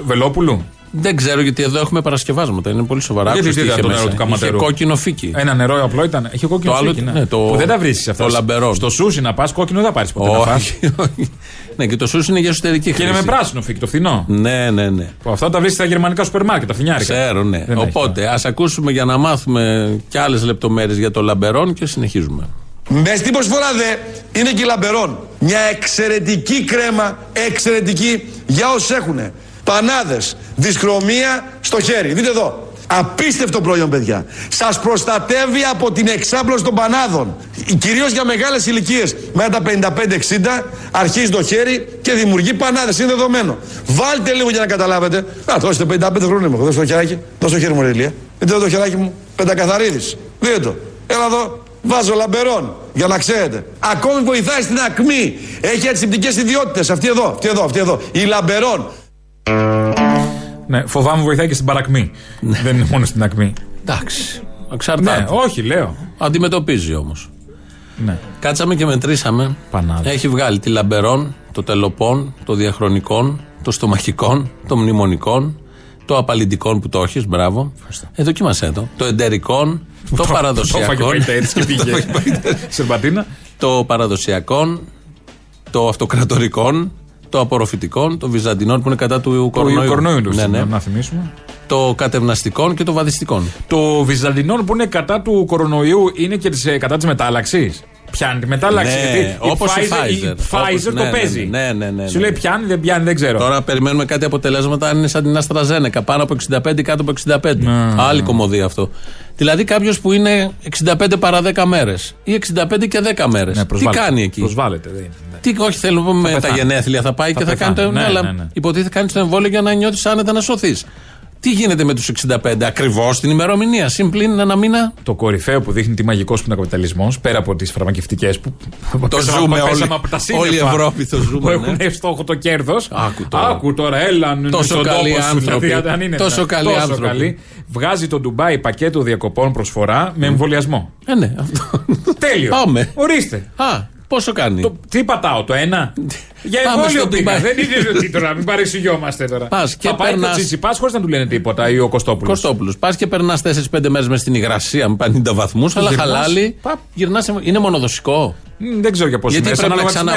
ε, Βελόπουλου.
Δεν ξέρω γιατί εδώ έχουμε παρασκευάσματα. Είναι πολύ σοβαρά.
Γιατί
Άκουσες τι
τι ήταν το
είχε
νερό
μέσα.
του καματερού.
Είχε κόκκινο φύκι.
Ένα νερό απλό ήταν. Είχε κόκκινο
Το άλλο-
φύκι, ναι.
ναι, το-
που δεν τα βρίσκει αυτά.
το λαμπερό.
Στο σούσι να πας, κόκκινο δεν πάρεις ποτέ. να φας.
όχι, όχι. Ναι, και το σούσι είναι για εσωτερική
Και
χρήση.
είναι με πράσινο φύκι, το φθηνό.
Ναι, ναι, ναι.
Που Αυτά τα βρίσκει στα γερμανικά σούπερ μάρκετ, τα φθηνιάρικα.
Ξέρω, ναι.
Δεν έχει.
Οπότε, ας ακούσουμε για να μάθουμε και άλλες λεπτομέρειες για το λαμπερόν και συνεχίζουμε.
Με στην προσφορά δε είναι και η Λαμπερόν. Μια εξαιρετική κρέμα, εξαιρετική για όσους έχουν πανάδε, δυσκρομία στο χέρι. Δείτε εδώ. Απίστευτο προϊόν, παιδιά. Σας προστατεύει από την εξάπλωση των πανάδων. Κυρίως για μεγάλες ηλικίες. Μετά τα 55-60 αρχίζει το χέρι και δημιουργεί πανάδες. Είναι δεδομένο. Βάλτε λίγο για να καταλάβετε. Α, δώστε 55 χρόνια μου. έχω. Δώσε το χεράκι. Δώσε το χέρι μου, ρε Ηλία. Δείτε εδώ το χεράκι μου. Πεντακαθαρίδης. Δείτε το. Έλα εδώ. Βάζω λαμπερών για να ξέρετε. Ακόμη βοηθάει στην ακμή. Έχει αντισηπτικέ ιδιότητες. Αυτή εδώ, αυτή εδώ, αυτή εδώ. Η λαμπερών.
Ναι, φοβάμαι βοηθάει και στην παρακμή.
Ναι.
Δεν είναι μόνο στην ακμή.
Εντάξει.
Ναι,
Εξαρτάται.
όχι, λέω.
Αντιμετωπίζει όμως.
Ναι.
Κάτσαμε και μετρήσαμε.
Πανάδες.
Έχει βγάλει τη λαμπερόν, το τελοπών, το διαχρονικών, το στομαχικών, το μνημονικών, το απαλλητικών που το έχεις, μπράβο. Ε, δοκίμασέ το. Το εντερικών,
[laughs]
το
Το έφαγε ο
παραδοσιακό.
Παϊτέρης και
[laughs] Το
πήγε.
έφαγε ο Παϊτέρης.
Σερβατίνα.
το παραδοσιακών, το αυτοκρατορικών, το απορροφητικών, το βυζαντινών που είναι κατά του
Το
κορονοϊού.
κορονοϊού,
ναι, ναι.
να θυμίσουμε.
Το κατευναστικών και το βαδιστικών.
Το Βυζαντινόν που είναι κατά του κορονοϊού είναι και της, ε, κατά της μετάλλαξης. Πιάνει τη μετάλλαξη.
Ναι,
γιατί
όπως η
Pfizer,
Pfizer. Όπως-
Pfizer
ναι, ναι,
το παίζει.
ναι, ναι, ναι,
Σου
ναι.
λέει πιάνει, δεν πιάνει, δεν ξέρω.
Τώρα περιμένουμε κάτι αποτελέσματα αν είναι σαν την Αστραζένεκα. Πάνω από 65 ή κάτω από 65.
Ναι,
Άλλη κομμωδία αυτό. Δηλαδή κάποιος που είναι 65 παρά 10 μέρες ή 65 και 10 μέρες.
Ναι,
Τι
προσβάλλεται.
κάνει εκεί.
Προσβάλλεται. δεν είναι, ναι.
Τι, όχι, θέλω να πούμε με τα
πεθάνει.
γενέθλια θα πάει
Θα
και θα κάνει
πεθάνει.
το.
Ναι,
Ναι, αλλά
ναι, ναι.
υποτίθεται κάνει το εμβόλιο για να νιώθεις άνετα να σωθείς. Τι γίνεται με τους 65 ακριβώ την ημερομηνία, συμπλήν ένα μήνα.
Το κορυφαίο που δείχνει τι μαγικό που είναι ο καπιταλισμό, πέρα από τις φαρμακευτικές που.
Το
πέσαμε-
ζούμε
πέσαμε
όλοι.
από τα σύννεφα
Όλη η Ευρώπη το
Που
ζούμε. ναι.
έχουν στόχο το κέρδος.
Άκου τώρα.
Άκου τώρα, έλα.
Τόσο
στον
καλοί
τόπο σου,
άνθρωποι.
δηλαδή, αν είναι
Τόσο
δυνατόν.
καλοί
Τόσο
άνθρωποι.
καλοί. Βγάζει το Ντουμπάι πακέτο διακοπών προσφορά με εμβολιασμό.
Ε, ναι, αυτό. [laughs]
Τέλειο.
Πάμε.
Ορίστε.
Α, πόσο κάνει.
Το- τι πατάω, το
[laughs]
ένα. Για
Πάμε
εμβόλιο
στο
πήγα.
Ντουμπάι.
Δεν είναι ότι τώρα, μην παρεξηγιόμαστε τώρα.
Πας και
Θα πάει
περνάς-
το Τσιτσιπάς χωρίς να του λένε τίποτα ή ο Κωστόπουλος.
Κωστόπουλος. Πας και περνάς 4-5 μέρες μες στην υγρασία με 50 βαθμούς, αλλά
Γυρνάς,
χαλάλι.
παπ.
Γυρνά. Είναι μονοδοσικό.
Μ, Δεν ξέρω για πόσες
Γιατί
μέρες.
πρέπει να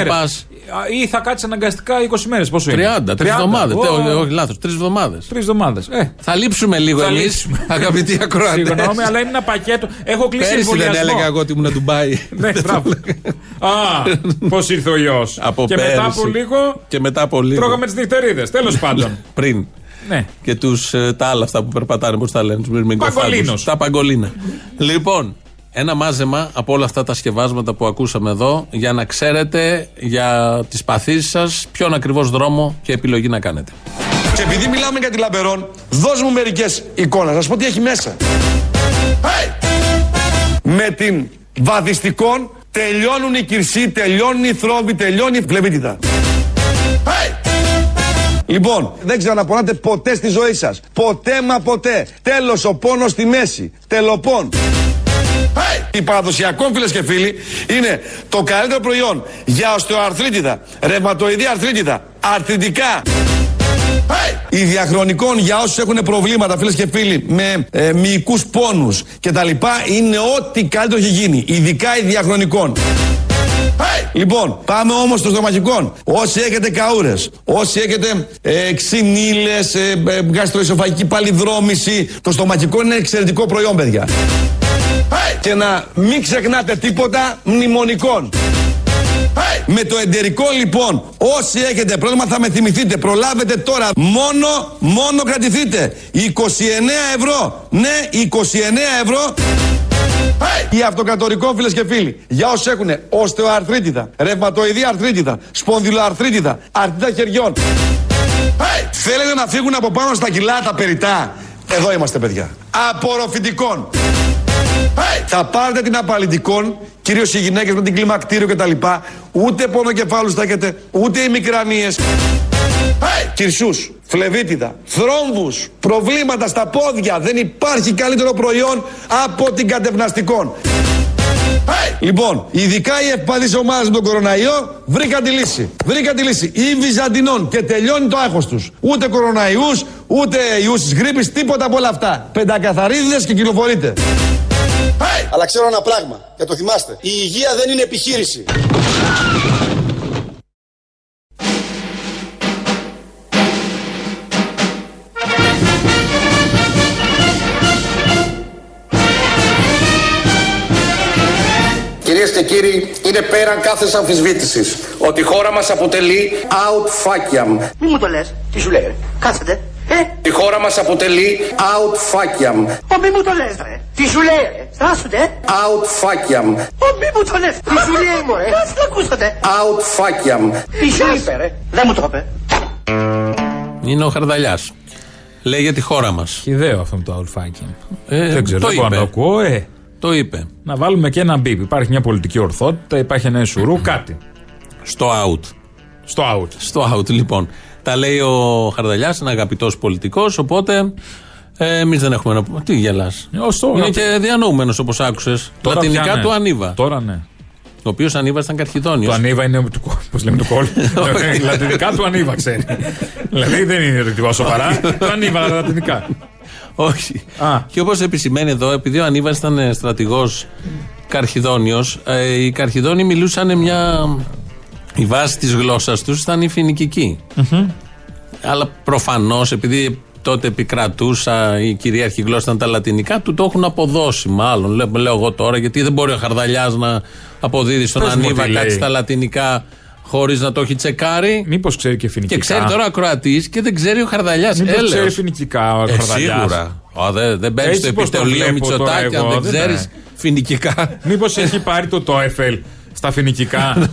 Ή θα κάτσεις αναγκαστικά 20 μέρες. Πόσο
30,
είναι.
τρει εβδομάδε.
Ω,
Ε, Όχι, λάθος, τρεις εβδομάδες.
Τρεις εβδομάδες. Ε,
Θα λείψουμε λίγο
Θα
εμείς,
λείψουμε.
αγαπητοί ακροατές.
Συγγνώμη, αλλά είναι ένα πακέτο. Έχω κλείσει
Πέρυσι δεν
εμβολιασμό.
έλεγα εγώ ότι ήμουν Ντουμπάι.
Ναι, μπράβο. Α, πώς ήρθε ο ιό.
Από
Και μετά
πέρυσι.
από λίγο
Και μετά από λίγο.
τρώγαμε τις νυχτερίδες. Τέλος πάντων.
Πριν.
Ναι.
Και τους, ε, τα άλλα αυτά που περπατάνε, πώς τα λένε, τους
Παγκολίνος.
Τα παγκολίνα. λοιπόν, ένα μάζεμα από όλα αυτά τα σκευάσματα που ακούσαμε εδώ για να ξέρετε για τις παθήσεις σας ποιον ακριβώς δρόμο και επιλογή να κάνετε.
Και επειδή μιλάμε για τη Λαμπερόν, δώσ' μου μερικές εικόνες. Να σου πω τι έχει μέσα. Hey! Με την βαδιστικών τελειώνουν οι κυρσοί, τελειώνουν οι θρόβοι, τελειώνει η φλεβίτιδα. Hey! Λοιπόν, δεν ξαναπονάτε ποτέ στη ζωή σας. Ποτέ μα ποτέ. Τέλος ο πόνος στη μέση. Τελοπών. Hey! Οι παραδοσιακό φίλες και φίλοι είναι το καλύτερο
Ναι.
προϊόν για οστεοαρθρίτιδα, ρευματοειδή αρθρίτιδα, αρθριτικά. Οι διαχρονικών για όσους έχουν προβλήματα, φίλες και φίλοι, με ε, μυϊκούς πόνους κτλ. είναι ό,τι καλύτερο έχει γίνει. Ειδικά οι διαχρονικών. Λοιπόν, πάμε όμως στους δομαχικών. Όσοι έχετε καούρες, όσοι έχετε ε, ξυνήλες, ε, ε, γαστροϊσοφαγική παλιδρόμηση, το στομαχικό είναι εξαιρετικό προϊόν, παιδιά. Και να μην ξεχνάτε τίποτα μνημονικών. Με το εντερικό λοιπόν, όσοι έχετε πρόβλημα θα με θυμηθείτε. Προλάβετε τώρα. Μόνο, μόνο κρατηθείτε. 29 ευρώ. Ναι, 29 ευρώ. Η αυτοκατορικό φίλες και φίλοι, για όσους έχουν οστεοαρθρίτιδα, ρευματοειδή αρθρίτιδα, σπονδυλοαρθρίτιδα, αρτίδα χεριών. Θέλετε να φύγουν από πάνω στα κιλά τα περιτά. Εδώ είμαστε παιδιά. Απορροφητικών. Θα πάρετε την απαλλητικών, κυρίως οι γυναίκες με την κλιμακτήριο κτλ. Ούτε πονοκεφάλους θα έχετε, ούτε οι μικρανίες. Κυρσούς, φλεβίτιδα, θρόμβους, προβλήματα στα πόδια. Δεν υπάρχει καλύτερο προϊόν από την κατευναστικών. Λοιπόν, ειδικά οι ευπαθείς ομάδες με τον κοροναϊό βρήκαν τη λύση. Βρήκαν τη λύση. Ή Βυζαντινών και τελειώνει το άγχος τους. Ούτε κοροναϊούς, ούτε ιούς της γρήπης, τίποτα από όλα αυτά. Πεντακαθαρίδες και κυκλοφορείτε. Αλλά ξέρω ένα πράγμα και το θυμάστε. Η υγεία δεν είναι επιχείρηση.
Κυρίες και κύριοι, είναι πέραν κάθε αμφισβήτησης ότι η χώρα μας αποτελεί out faciam.
Μη μου το λες, τι σου λέει, ρε. Κάθετε.
Η
Ε,
χώρα μας αποτελεί out faciam.
ο μη μου το λες, ρε. Τι σου λέει, ρε. Στάσουτε.
Out faciam.
Ο μη μου το λες. Τι σου λέει, μωρέ. Ας το ακούσατε.
Out faciam.
Τι σου είπε, ρε. Δεν μου το είπε.
Είναι ο Χαρδαλιάς. Λέει για τη χώρα μας.
Ιδέο αυτό με το αουλφάκι.
Ε,
δεν ξέρω,
το
δεν μπορώ να το
είπε.
ακούω. Ε.
Το είπε.
Να βάλουμε και ένα μπίπ. Υπάρχει μια πολιτική ορθότητα, υπάρχει ένα σουρού, κάτι.
Στο out.
Στο out.
Στο out, λοιπόν. Τα λέει ο Χαρδαλιάς, ένα αγαπητός πολιτικός, οπότε ε, εμείς δεν έχουμε να πούμε. Τι γελάς.
Ως τώρα.
Είναι και διανοούμενος όπως άκουσες.
Τώρα
Λατινικά
πια, ναι.
του Ανίβα.
Τώρα ναι.
Ο οποίος Ανίβας ήταν καρχιδόνιος.
Το Ανίβα είναι. Πώς λέμε το
[laughs]
κόλ. Ε, Λατινικά του Ανίβα, ξέρει. Δηλαδή δεν είναι ερωτικό
[laughs]
σοβαρά. Το Ανίβα, αλλά λατινικά.
Όχι.
Α.
Και όπως επισημαίνει εδώ, επειδή ο Ανίβας ήταν ε, στρατηγός Καρχιδόνιος, ε, οι Καρχιδόνοι μιλούσαν μια. Η βάση της γλώσσας τους ήταν η φοινικικη Αλλά προφανώς, επειδή τότε επικρατούσα η κυρίαρχη γλώσσα ήταν τα λατινικά, του το έχουν αποδώσει μάλλον. Λέω, λέω εγώ τώρα, γιατί δεν μπορεί ο Χαρδαλιάς να αποδίδει στον
Πες μου
Ανίβα
τι
κάτι
λέει.
στα λατινικά χωρίς να το έχει τσεκάρει.
Μήπως ξέρει και φοινικικά.
Και ξέρει τώρα ο Ακροατή και δεν ξέρει ο Χαρδαλιάς.
Μήπως ξέρει φοινικικά ο
Ε,
Χαρδαλιάς.
σίγουρα. Α, δεν δεν μπαίνει
Έτσι
στο
πως το
επιτελείο
βλέπω τώρα
Μητσοτάκη,
εγώ,
αν δεν
δεν
ξέρεις
είναι.
φοινικικά.
Μήπως έχει πάρει το TOEFL στα φοινικικά.
[laughs]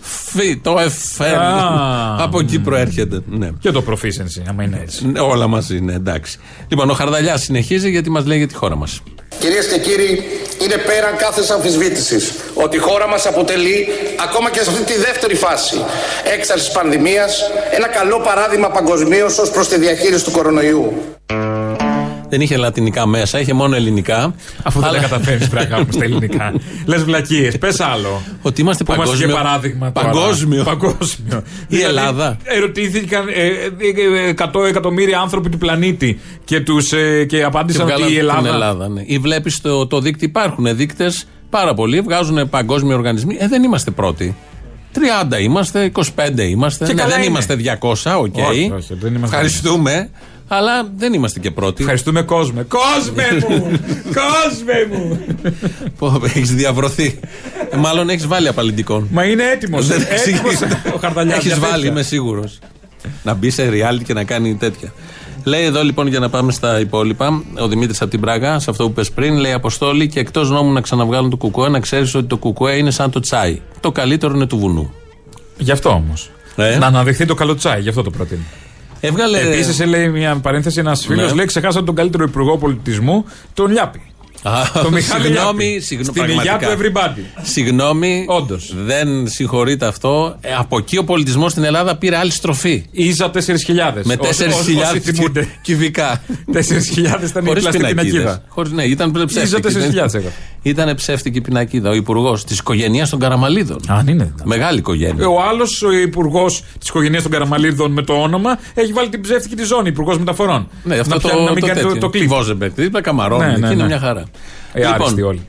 Φι, το FM.
Α.
Από εκεί προέρχεται. Ναι.
και το proficiency, άμα είναι έτσι.
Ναι, Όλα μαζί είναι εντάξει. Λοιπόν, ο Χαρδαλιάς συνεχίζει γιατί μας λέει για τη χώρα μας.
Κυρίες και κύριοι, είναι πέραν κάθε αμφισβήτησης ότι η χώρα μας αποτελεί, ακόμα και σε αυτή τη δεύτερη φάση έξαρσης πανδημίας, ένα καλό παράδειγμα παγκοσμίως ως προς τη διαχείριση του κορονοϊού.
Δεν είχε λατινικά μέσα, είχε μόνο ελληνικά.
Αφού δεν
Αλλά
τα καταφέρει πρέπει να κάνουμε στα
[laughs]
ελληνικά. Λες βλακίες, πες άλλο.
Ότι είμαστε
Που είμαστε
παγκόσμιο.
για παράδειγμα. τώρα.
Παγκόσμιο.
Παγκόσμιο. Δηλαδή,
Ελλάδα.
Ερωτήθηκαν ε, ε, ε, 100 εκατομμύρια άνθρωποι του πλανήτη και, τους, ε, και
Και
απάντησαν ότι
βγάλανε
η
την
Ελλάδα.
Ελλάδα ναι. Ή βλέπεις το, το δίκτυο, υπάρχουν δείκτε Πάρα πολλοί βγάζουν παγκόσμιοι οργανισμοί. Ε, δεν είμαστε πρώτοι. 30 είμαστε, 25 είμαστε.
Και
ναι,
καλά
δεν
είναι.
είμαστε 200, οκ.
Όχι, όχι, δεν είμαστε.
Ευχαριστούμε. Αλλά δεν είμαστε και πρώτοι.
Ευχαριστούμε κόσμο. Κόσμε
[laughs]
μου! Κόσμε μου!
Έχεις διαβρωθεί. Ε, Μάλλον έχεις βάλει απαλλητικών.
Μα είναι έτοιμος.
Δεν
Έτοιμος
εξηγείται.
ο Χαρδαλιάς
Έχει
για
βάλει,
τέτοια.
είμαι σίγουρος. Να μπει σε reality και να κάνει τέτοια. Λέει εδώ λοιπόν για να πάμε στα υπόλοιπα. Ο Δημήτρης από την Πράγα, σε αυτό που πες πριν, λέει Αποστόλη και εκτός νόμου να ξαναβγάλουν το κουκουέ, να ξέρεις ότι το κουκουέ είναι σαν το τσάι. Το καλύτερο είναι του βουνού.
Γι' αυτό όμως.
Ε.
Να αναδεχθεί το καλό τσάι, γι' αυτό το προτείνω.
Έβγαλε.
Επίσης, λέει μια παρένθεση, ένας φίλος
Ναι.
λέει: Ξεχάσατε τον καλύτερο υπουργό πολιτισμού, τον
[laughs]
Λιάπη.
Α,
Το Μιχάλη
συγγνώμη,
Λιάπη.
συγγνώμη.
Στην υγειά του everybody.
Συγγνώμη,
Όντως.
δεν συγχωρείται αυτό. Ε, από εκεί ο πολιτισμός στην Ελλάδα πήρε άλλη στροφή.
Ίζα 4.000.
Με 4.000
Όσοι θυμούνται.
[laughs] κυβικά.
4.000 ήταν η
Χωρίς
πλαστική
πινακίδες.
πινακίδα.
Χωρίς, ναι, ήταν ψεύτικη.
Ίζα 4.000
δεν-
έγραφε.
Ήταν ψεύτικη πινακίδα. Ο υπουργός της οικογένειας των Καραμαλίδων.
Αν είναι. δυνατόν.
Μεγάλη οικογένεια.
Ε, Ο άλλος, ο υπουργός της οικογένειας των Καραμαλίδων με το όνομα, έχει βάλει την ψεύτικη τη ζώνη, υπουργός μεταφορών.
Ναι, αυτό
να
το,
πιάνει- να μην
το,
κάνει
τέτοιο.
το, το κλειβό.
Βόζεμπερκ, δίπλα καμαρών.
Ναι,
εκεί
ναι,
είναι
ναι.
μια χαρά. Λοιπόν,
Ε, άριστοι όλοι.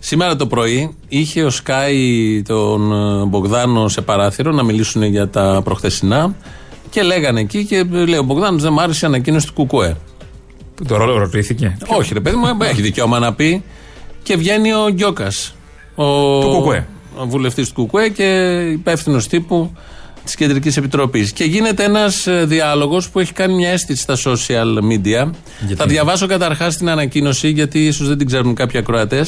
Σήμερα το πρωί είχε ο Σκάι τον ε, Μπογδάνο σε παράθυρο να μιλήσουν για τα προχθεσινά και λέγανε εκεί και ε, λέει ο Μπογδάνος δεν μ' άρεσε η ανακοίνωση του Κουκουέ.
Το ρόλο ρωτήθηκε.
Όχι, ρε παιδί μου, ε, έχει δικαίωμα να πει. Και βγαίνει ο Γκιόκας. Ο...
Του Κουκουέ.
Ο βουλευτής του Κουκουέ και υπεύθυνος τύπου της Κεντρικής Επιτροπής. Και γίνεται ένας διάλογος που έχει κάνει μια αίσθηση στα social media. Θα διαβάσω καταρχάς την ανακοίνωση, γιατί ίσως δεν την ξέρουν κάποιοι ακροατές.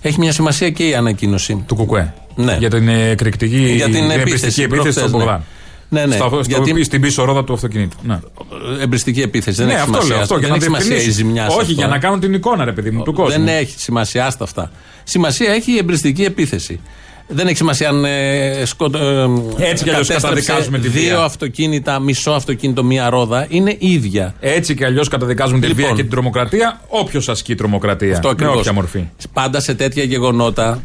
Έχει μια σημασία και η ανακοίνωση.
Του Κουκουέ.
Ναι.
Για την ε, εκρηκτική
Για την επίθεση
επιστική επίθεση
προχθές,
στον
ναι.
Μπογδάν.
Ναι, ναι.
Στα- στο-
Γιατί-
Στην πίσω ρόδα του αυτοκινήτου. Ναι.
Εμπριστική επίθεση. Δεν
ναι,
έχει
αυτό
σημασία.
λέω. Αυτό, για
δεν
να
έχει σημασία η
διευκρινίσεις.
ζημιά σε
Όχι,
αυτό,
για
ε.
να κάνουν την εικόνα, ρε παιδί μου, του κόσμου.
Δεν έχει σημασία, άστα αυτά. Σημασία έχει η εμπριστική επίθεση. Δεν έχει σημασία αν ε, σκοτ- ε,
Έτσι κι αλλιώς
κατέστρεψε
καταδικάζουμε τη βία.
Δύο αυτοκίνητα, μισό αυτοκίνητο, μία ρόδα. Είναι ίδια.
Έτσι κι αλλιώς καταδικάζουν τη
Λοιπόν.
βία και την τρομοκρατία. Όποιος ασκεί τρομοκρατία.
Αυτό
με
ακριβώς.
όποια μορφή.
Πάντα σε τέτοια γεγονότα.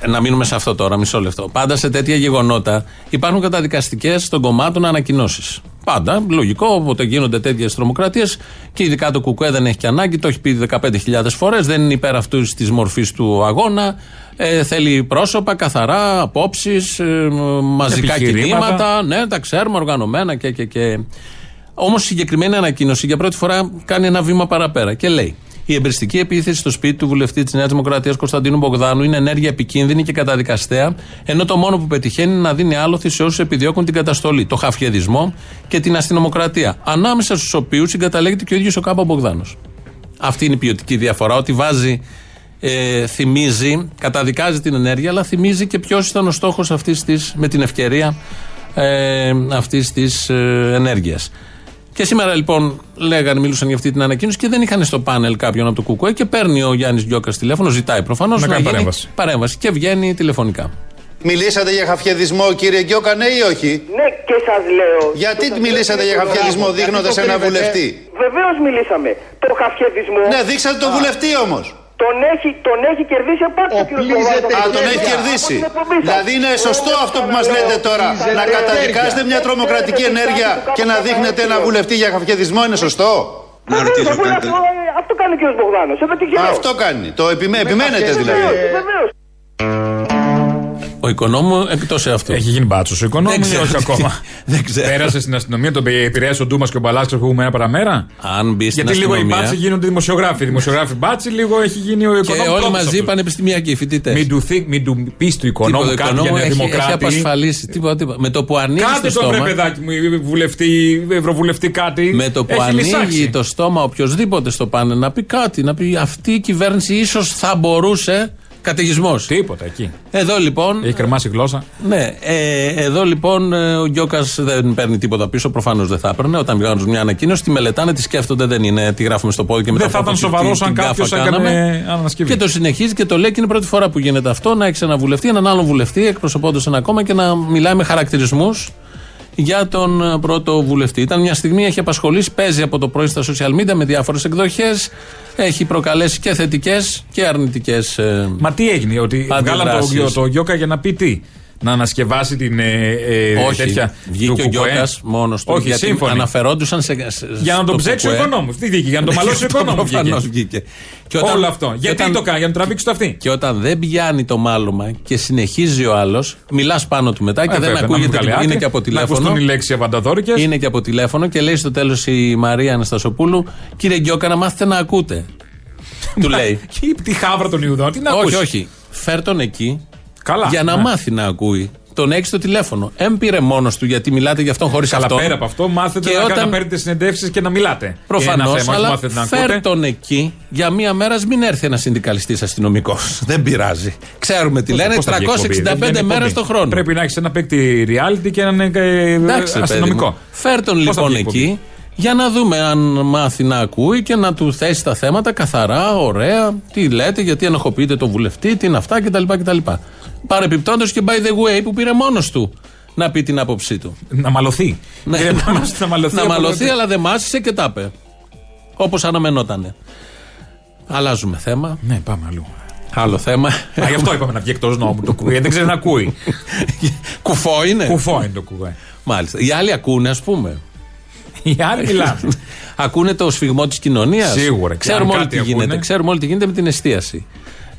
ε, Να μείνουμε σε αυτό τώρα, μισό λεπτό. Πάντα σε τέτοια γεγονότα υπάρχουν καταδικαστικές των κομμάτων ανακοινώσεις. Πάντα, λογικό, όποτε γίνονται τέτοιες τρομοκρατίες και ειδικά το Κουκουέ δεν έχει και ανάγκη, το έχει πει 15.000 φορές, δεν είναι υπέρ αυτού της μορφής του αγώνα. Ε, θέλει πρόσωπα, καθαρά, απόψεις, μαζικά
Επιχειρήματα.
κινήματα. Ναι, τα ξέρουμε, οργανωμένα και. και, και. Όμως η συγκεκριμένη ανακοίνωση για πρώτη φορά κάνει ένα βήμα παραπέρα και λέει: Η εμπριστική επίθεση στο σπίτι του βουλευτή της Νέας Δημοκρατίας Κωνσταντίνου Μπογδάνου είναι ενέργεια επικίνδυνη και καταδικαστέα, ενώ το μόνο που πετυχαίνει είναι να δίνει άλοθη σε όσους επιδιώκουν την καταστολή, το χαφιεδισμό και την αστυνομοκρατία, ανάμεσα στους οποίους συγκαταλέγεται και ο ίδιος ο Κάμπα Μπογδάνος. Αυτή είναι η ποιοτική διαφορά. Ότι βάζει, ε, θυμίζει, καταδικάζει την ενέργεια, αλλά θυμίζει και ποιος ήταν ο στόχος αυτής της, με την ευκαιρία ε, αυτής της ε, ενέργειας. Και σήμερα λοιπόν λέγανε, μίλουσαν για αυτή την ανακοίνωση και δεν είχαν στο πάνελ κάποιον από το Κουκουέ και παίρνει ο Γιάννης Γιώκας τηλέφωνο, ζητάει προφανώς
Να κάνει
γίνει
παρέμβαση.
παρέμβαση και βγαίνει τηλεφωνικά.
Μιλήσατε για χαφιαδισμό, κύριε Γκιόκα, ναι ή όχι.
Ναι, και σας λέω.
Γιατί
Και σας
μιλήσατε
λέω,
για
κύριε
χαφιαδισμό
Κουράκο,
δείχνοντας
γιατί το
ένα
κρύβετε.
βουλευτή?
Βεβαίως μιλήσαμε. Το χαφιαδισμό.
Ναι, δείξατε τον
Α.
βουλευτή όμως.
Τον έχει, τον έχει κερδίσει επάνω ο κύριος Παπαδόπουλος.
Α, τον
Ναι,
έχει
ναι,
κερδίσει.
από την εκπομπή σας.
Δηλαδή είναι σωστό
Εγώ
αυτό που
σας
μα
λέω,
λέτε τώρα.
πίζετε
Να
ενέργεια.
καταδικάζετε μια τρομοκρατική
Θέλετε κάτι
ενέργεια
που
και να
κάνετε
δείχνετε ένα
κανένα
βουλευτή για χαφιαδισμό είναι σωστό.
Βεβαίως, αφού είναι αυτό, ε, Αυτό κάνει ο κύριος Μπογδάνος. Ε, πετυχημένος.
Αυτό κάνει. Το επιμέ-
Ε,
επιμένετε
Βεβαίως,
δηλαδή.
βεβαίως.
Ο οικονόμου εκτός αυτού.
Έχει γίνει μπάτσος ο
Δεν
οικονόμου ή
ξέρω
όχι
τι-
ακόμα.
[laughs] δεν ξέρω.
Πέρασε στην αστυνομία, τον επηρέασε ο Ντούμας και ο Μπαλάσκο που έχουμε ένα παραμέρα.
Αν μπει στην
Γιατί λίγο οι
αστυνομία.
μπάτσοι γίνονται δημοσιογράφοι. Οι δημοσιογράφοι μπάτσοι, λίγο έχει γίνει ο
και
οικονόμου.
όλοι
πρώτος
μαζί
αυτός.
πανεπιστημιακοί φοιτητές.
Μην του, θυ- μην του πεις του οικονόμου
Τίποτα,
κάτι
οικονόμου
για νέα
έχει, έχει
δημοκράτη.
απασφαλίσει. Τίποτα, τίποτα. Με το που ανοίγει
Κάντε
το
το βρε
στόμα.
παιδάκι μου, βουλευτή, ευρωβουλευτή κάτι.
με το που
Έχει
ανοίγει
λυσάξει.
το στόμα οποιοδήποτε στο πάνελ να πει κάτι, να πει αυτή η κυβέρνηση ίσως θα μπορούσε. Καταιγισμός.
Τίποτα εκεί.
Εδώ λοιπόν.
Έχει κρεμάσει η γλώσσα.
Ναι, ε, εδώ λοιπόν ε, ο Γκιόκα δεν παίρνει τίποτα πίσω. Προφανώς δεν θα έπαιρνε. Όταν βγάζουν μια ανακοίνωση, τη μελετάνε, τη σκέφτονται, δεν είναι. Τη γράφουμε στο πόδι και μετά
Δεν θα
από
ήταν
αυτή
σοβαρός
την-
αν
την
κάποιος
κάφα
έκανε
κάναμε.
ανασκευή.
Και το συνεχίζει και το λέει και είναι η πρώτη φορά που γίνεται αυτό. Να έχει ένα βουλευτή, έναν άλλον βουλευτή, εκπροσωπώντας ένα κόμμα και να μιλάει με χαρακτηρισμούς για τον ε, πρώτο βουλευτή. Ήταν μια στιγμή, έχει απασχολήσει, παίζει από το πρωί στα social media με διάφορες εκδοχές. Έχει προκαλέσει και θετικές και ε, αρνητικέ.
Μα τι έγινε, ότι
Αντιδράσεις.
βγάλαν το, το Γιώκα για να πει τι. να ανασκευάσει την ε, ε,
Όχι,
τέτοια
βγήκε
του
ο
Κουκουέ.
Γιώκας μόνος του,
Όχι,
γιατί
σύμφωνοι.
αναφερόντουσαν σε- σε-
Για να
στο
τον ψέξει ο
Κουκουέ.
οικονόμος. Τι βγήκε,
[laughs]
για να τον
Ναι,
μαλώσει ο
αυτό
οικονόμος.
προφανώς βγήκε. Και όταν-
Όλο αυτό.
και
Γιατί
όταν-
το κάνει, για να τον τραβήξει το αυτή.
Και όταν δεν πιάνει το μάλωμα και συνεχίζει ο άλλος, μιλάς πάνω του μετά και
Ε,
δεν
βέβαια, να
ακούγεται.
βγάλει
τίποτα.
άκρη,
είναι και από
να
τηλέφωνο.
ακουστούν οι λέξεις
Είναι και από τηλέφωνο και λέει στο τέλος η Μαρία Αναστασοπούλου, κύριε Γκιόκα, να μάθετε να
[laughs]
ακούτε. του λέει.
Και η χάβρα των Ιουδών, τι να
Όχι,
ακούσεις.
όχι. Φέρ τον εκεί
Καλά,
για να
ναι.
μάθει να ακούει. Τον έχει στο τηλέφωνο. Έμπειρε πήρε μόνος του γιατί μιλάτε για αυτόν χωρίς
Καλά,
αυτόν.
πέρα από αυτό, μάθετε
Και
να,
όταν-
να παίρνετε συνεντεύξεις και να μιλάτε.
Προφανώ,
Είναι ένα θέμα, όχι
αλλά
μάθετε να ακούτε.
φέρ τον εκεί για μία μέρα, ας μην έρθει ένας συνδικαλιστής αστυνομικός. Δεν πειράζει. Ξέρουμε τι
Πώς-
λένε,
πώς θα βγει εκπομπή, δεν
365
βγαίνει
μέρες
εκπομπή.
το χρόνο.
Πρέπει να έχεις ένα παίκτη reality και έναν ε, ε,
Εντάξει, ρε παιδί
αστυνομικό.
μου. Φέρ
Πώς
τον
θα
λοιπόν
βγει η εκπομπή.
εκεί για να δούμε αν μάθει να ακούει και να του θέσει τα θέματα καθαρά, ωραία. Τι λέτε, γιατί ενοχοποιείτε τον βουλευτή, τι είναι αυτά κτλ. κτλ. Παρεπιπτόντως και by the way που πήρε μόνος του να πει την άποψή του.
Να μαλωθεί.
Ναι.
Κύριε Πάνος, να μαλωθεί.
να
από
μαλωθεί,
τότε.
αλλά δεν μάσησε και τα είπε. Όπως αναμενότανε. Αλλάζουμε θέμα.
Ναι, πάμε αλλού.
Άλλο θέμα.
Α, γι' αυτό είπαμε να βγει εκτός νόμου το κουβέ. Δεν ξέρει να ακούει.
[laughs] Κουφό είναι.
Κουφό είναι το κουβέ.
Μάλιστα. Οι άλλοι ακούνε, ας πούμε.
Οι άλλοι
[laughs]
μιλάνε.
ακούνε το σφιγμό της κοινωνίας.
Σίγουρα. Και
Ξέρουμε
αν
όλοι
κάτι
τι
ακούνε.
γίνεται. Ξέρουμε όλοι τι γίνεται με την εστίαση.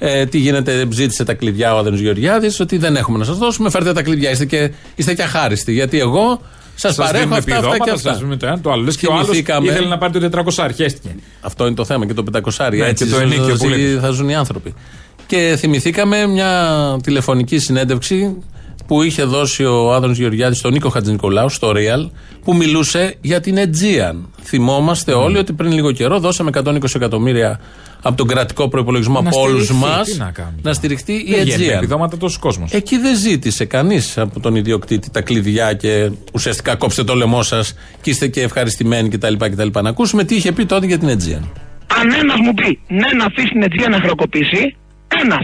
Ε, τι γίνεται, ζήτησε τα κλειδιά ο Άδενο Γεωργιάδης, ότι δεν έχουμε να σας δώσουμε. Φέρτε τα κλειδιά, είστε και, είστε και αχάριστοι. Γιατί εγώ σας
Σας
παρέχω
δίνουμε
αυτά, αυτά και
επιδόματα,
αυτά.
σας δίνουμε το ένα, το άλλο. Λες και ο άλλος
Θυμηθήκαμε.
ήθελε να πάρει το 400, αρχέστηκε.
Αυτό είναι το θέμα και το 500.
Ναι,
έτσι
και το
ζ-
ενίκιο
ζ-
που λέτε.
θα ζουν οι άνθρωποι. Και θυμηθήκαμε μια τηλεφωνική συνέντευξη που είχε δώσει ο Άδωνος Γεωργιάδης στον Νίκο Χατζηνικολάου στο Real που μιλούσε για την
Ναι.
Aegean. Θυμόμαστε όλοι ότι πριν λίγο καιρό δώσαμε 120 εκατομμύρια από τον κρατικό προπολογισμό
Να
από όλους
στηριχθεί,
μας
τι να κάνουμε. Ναι,
να στηριχτεί η Ε,
Δεν βγαίνουν
Aegean.
επιδόματα τόσο κόσμος.
Εκεί δεν ζήτησε κανείς από τον ιδιοκτήτη τα κλειδιά και ουσιαστικά κόψτε το λαιμό σας και είστε και ευχαριστημένοι κτλ. κτλ. Να ακούσουμε τι είχε πει τότε για την Aegean.
Αν ένας μου πει ναι να αφήσει την Αιτζία να χρεοκοπήσει, ένα.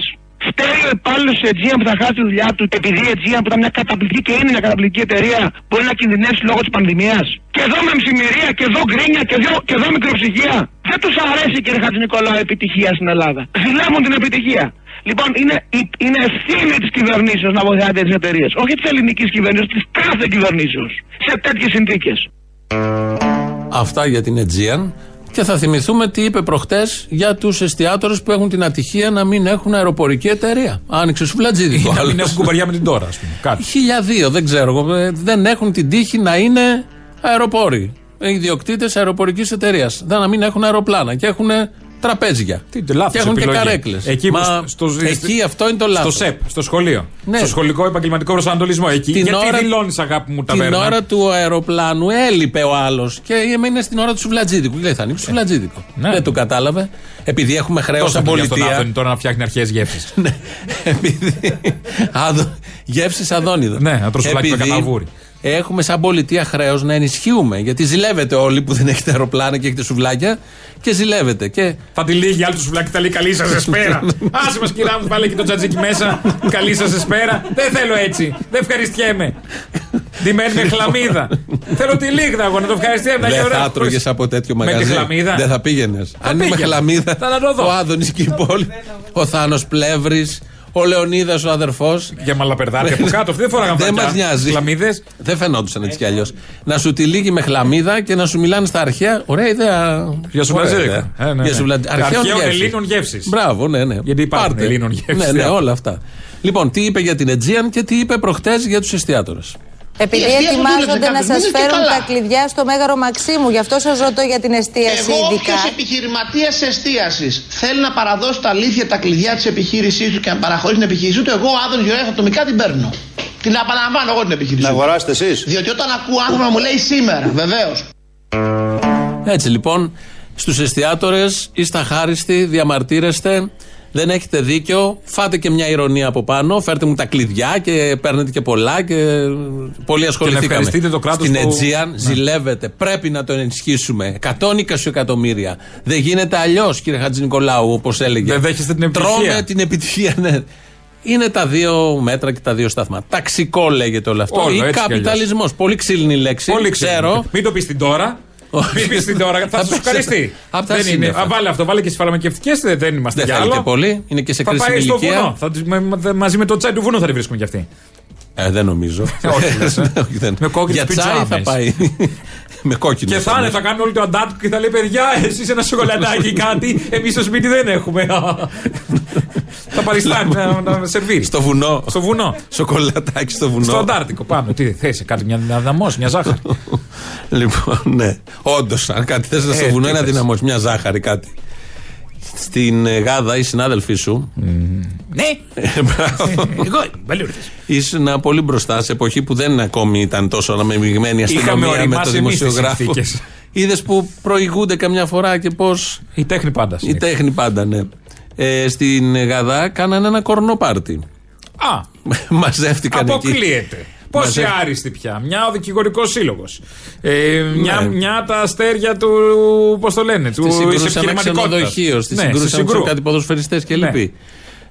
Φταίει ο υπάλληλος τη Αιτζία που θα χάσει τη δουλειά του, επειδή η Αιτζία που ήταν μια καταπληκτική και είναι μια καταπληκτική εταιρεία, μπορεί να κινδυνεύσει λόγω της πανδημίας. Και εδώ με μσημυρία, και εδώ γκρίνια, και εδώ, και εδώ μικροψυχία. Δεν τους αρέσει κύριε Χατζη Νικολάου η επιτυχία στην Ελλάδα. Ζηλεύουν την επιτυχία. Λοιπόν, είναι, η- είναι ευθύνη της κυβερνήσεως να βοηθάει τέτοιες εταιρείες. Όχι της ελληνικής κυβερνήσεω, της κάθε κυβερνήσεως. Σε τέτοιες συνθήκες.
Αυτά για την Aegean. Και θα θυμηθούμε τι είπε προχτές για τους εστιατόρες που έχουν την ατυχία να μην έχουν αεροπορική εταιρεία. Άνοιξε σου φλατζίδικο.
Να μην έχουν κουμπαριά με την τώρα, ας πούμε. Κάτι.
Χίλια δύο, δεν ξέρω. εγώ, ε, Δεν έχουν την τύχη να είναι αεροπόροι. Ε, Ιδιοκτήτες αεροπορικής εταιρείας. Δεν να μην έχουν αεροπλάνα και έχουν τραπέζια.
Τι λάθος
και έχουν
επιλογή.
και καρέκλες.
Εκεί, που
Μα
στο, στο-
εκεί αυτό είναι το λάθο.
Στο ΣΕΠ, στο σχολείο.
Ναι.
Στο σχολικό επαγγελματικό προσανατολισμό. Εκεί.
Την
Γιατί
ώρα-
δηλώνεις αγάπη μου
Την
ταβέρνα.
ώρα του αεροπλάνου έλειπε ο άλλος και έμεινε στην ώρα του σουβλατζίδικου. Λέει, θα ανοίξει
Ε,
σουβλατζίδικο.
ναι.
Δεν το κατάλαβε. Επειδή έχουμε χρέος
Δώστε
σαν
δουλειά στον
πολιτεία. [laughs] Ναι,
Άδωνη τώρα να φτιάχνει αρχέ γεύσει.
Γεύσει αδόνιδων.
Ναι, να τροσουλάκι με
Επειδή
καταβούρι.
Έχουμε σαν πολιτεία χρέος να ενισχύουμε. Γιατί ζηλεύετε όλοι που δεν έχετε αεροπλάνα και έχετε σουβλάκια και ζηλεύετε. Και
Θα τη λύγει άλλη του σουβλάκι, θα λέει καλή σας
[laughs]
εσπέρα. Άσε μας, κυρία μου, βάλε και το τζατζίκι μέσα. Καλή σας εσπέρα. Δεν θέλω έτσι. Δεν ευχαριστιέμαι. Ντυμένη με χλαμίδα. θέλω τη λίγδα εγώ να το ευχαριστιέμαι. να
Λοιπόν. δεν
γεωρεύω.
θα τρώγε από τέτοιο
Με τη
μαγαζί.
χλαμίδα.
Δεν θα πήγαινες. Αν είμαι
πήγαινα.
χλαμίδα,
Θα τα το δω.
ο Άδωνης και η πόλη, ο Θάνος Πλεύρης, ο Λεωνίδα ο αδερφός.
Για μαλαπερδάκια από κάτω. Αυτοί δεν φοράγαν
Δεν
φακιά.
μας νοιάζει.
Χλαμίδες.
Δεν φαινόντουσαν έτσι κι αλλιώς. Να σου τυλίγει με χλαμίδα και να σου μιλάνε στα αρχαία. Ωραία ιδέα.
Για σου
Ωραία
βλαζίρικα.
ιδέα.
Ε, ναι, ναι.
Για σου βλαζίρικα. Αρχαίων,
Αρχαίων
γεύσης.
Ελλήνων γεύσης.
Μπράβο, ναι, ναι.
Γιατί υπάρχουν
Πάρτε.
Ελλήνων γεύσεις.
Ναι, ναι, όλα αυτά. Λοιπόν, τι είπε για την Aegean και τι είπε προχτές για τους εστιατόρες.
Επειδή
εστίαση δούλευε
ετοιμάζονται να
κάποιος
σας
μήνες και
φέρουν
καλά.
τα κλειδιά στο Μέγαρο Μαξίμου, γι' αυτό σας ρωτώ για την εστίαση
Εγώ,
ειδικά.
όποιο επιχειρηματίας εστίασης θέλει να παραδώσει τα αλήθεια τα κλειδιά της επιχείρησής του και να παραχωρήσει την επιχείρησή του, εγώ, Άδων Γεωργιάδη, ατομικά την παίρνω. Την απαλαμβάνω εγώ την επιχείρηση. Να αγοράσετε εσείς. Διότι όταν ακούω άνθρωπο να μου λέει σήμερα, βεβαίως.
Ναι.
Έτσι λοιπόν, στους εστιατόρε είστε αχάριστοι, διαμαρτύρεστε, δεν έχετε δίκιο. Φάτε και μια ηρωνία από πάνω, φέρτε μου τα κλειδιά και παίρνετε και πολλά και ε, πολύ ασχοληθήκαμε.
ευχαριστείτε το κράτος
Στην
που-
Αιτζίαν
Ναι.
ζηλεύετε, πρέπει να τον ενισχύσουμε. 120 εκατομμύρια. Δεν γίνεται αλλιώς, κύριε Χατζη Νικολάου, όπως έλεγε.
Δεν δέχεστε την επιτυχία.
Τρώμε την επιτυχία, ναι. Είναι τα δύο μέτρα και τα δύο σταθμά. Ταξικό λέγεται όλο αυτό.
Όλο,
Ή
έτσι κι αλλιώς.
καπιταλισμός. Πολύ ξύλινη λέξη.
Πολύ
Ξέρω.
ξέρω. Μην το πεις την τώρα. Μην πεις την τώρα, θα
[laughs] Θα
σου
πέσει
ευχαριστεί.
απ' τα
Δεν είναι.
σύννεφα.
Α, Βάλε αυτό, βάλε και στις φαρμακευτικές δεν είμαστε
Δεν
για
θέλει
άλλο.
και πολύ. Είναι και σε
Θα
κρίσιμη
πάει στο
ηλικία.
βουνό. Θα, τους- με- με- μαζί με το τσάι του βουνού θα τη βρίσκουν κι αυτοί.
Ε, δεν νομίζω. [laughs]
Όχι,
Ναι, όχι, δεν.
Με κόκκινες
Για τσάι
πιτζάμες.
θα
[laughs]
πάει. Με κόκκινες.
Και θα είναι, θα κάνουν όλοι το αντάτου και θα λέει παιδιά, εσείς ένα
[laughs]
σοκολατάκι ή κάτι. Εμείς στο σπίτι δεν έχουμε. Τα παριστάνει να, να σερβίρει.
Λοιπόν. Στο βουνό.
Στο βουνό.
Σοκολατάκι στο βουνό.
Στο Αντάρτικο πάνω. Τι θέση, κάτι, μια δυναμό, μια ζάχαρη.
[laughs] Λοιπόν, ναι. Όντως, αν κάτι θες να στο
Ε,
βουνό,
τι
ένα
θες.
δυναμός, μια ζάχαρη, κάτι. Στην ε, Γάδα, οι συνάδελφοί σου.
Ναι,
Ε, μπράβο.
εγώ βαλούρδε.
Ήσουν πολύ μπροστά σε εποχή που δεν ακόμη ήταν τόσο αναμειγμένη η αστυνομία με το
οριμάσει εμείς τις
δημοσιογράφο.
συνθήκες.
Είδες που προηγούνται καμιά φορά και πώς.
Η τέχνη πάντα.
Η τέχνη πάντα, ναι. Ε, στην Γαδά κάνανε ένα κορνό πάρτι. [laughs]
Α,
Μαζεύτηκαν εκεί.
αποκλείεται. Πόσοι
Μαζεύτηκαν.
άριστοι πια. Μια ο δικηγορικός σύλλογος. Ε, μια,
Ναι.
μια τα αστέρια του. Πώς το λένε, του
Στη συγκρούσαν ένα
επιχειρηματικότητας.
ξενοδοχείο, στη
Ναι,
συγκρούσαν
συγκρού. Ναι.
κάτι ποδοσφαιριστές και λοιποί.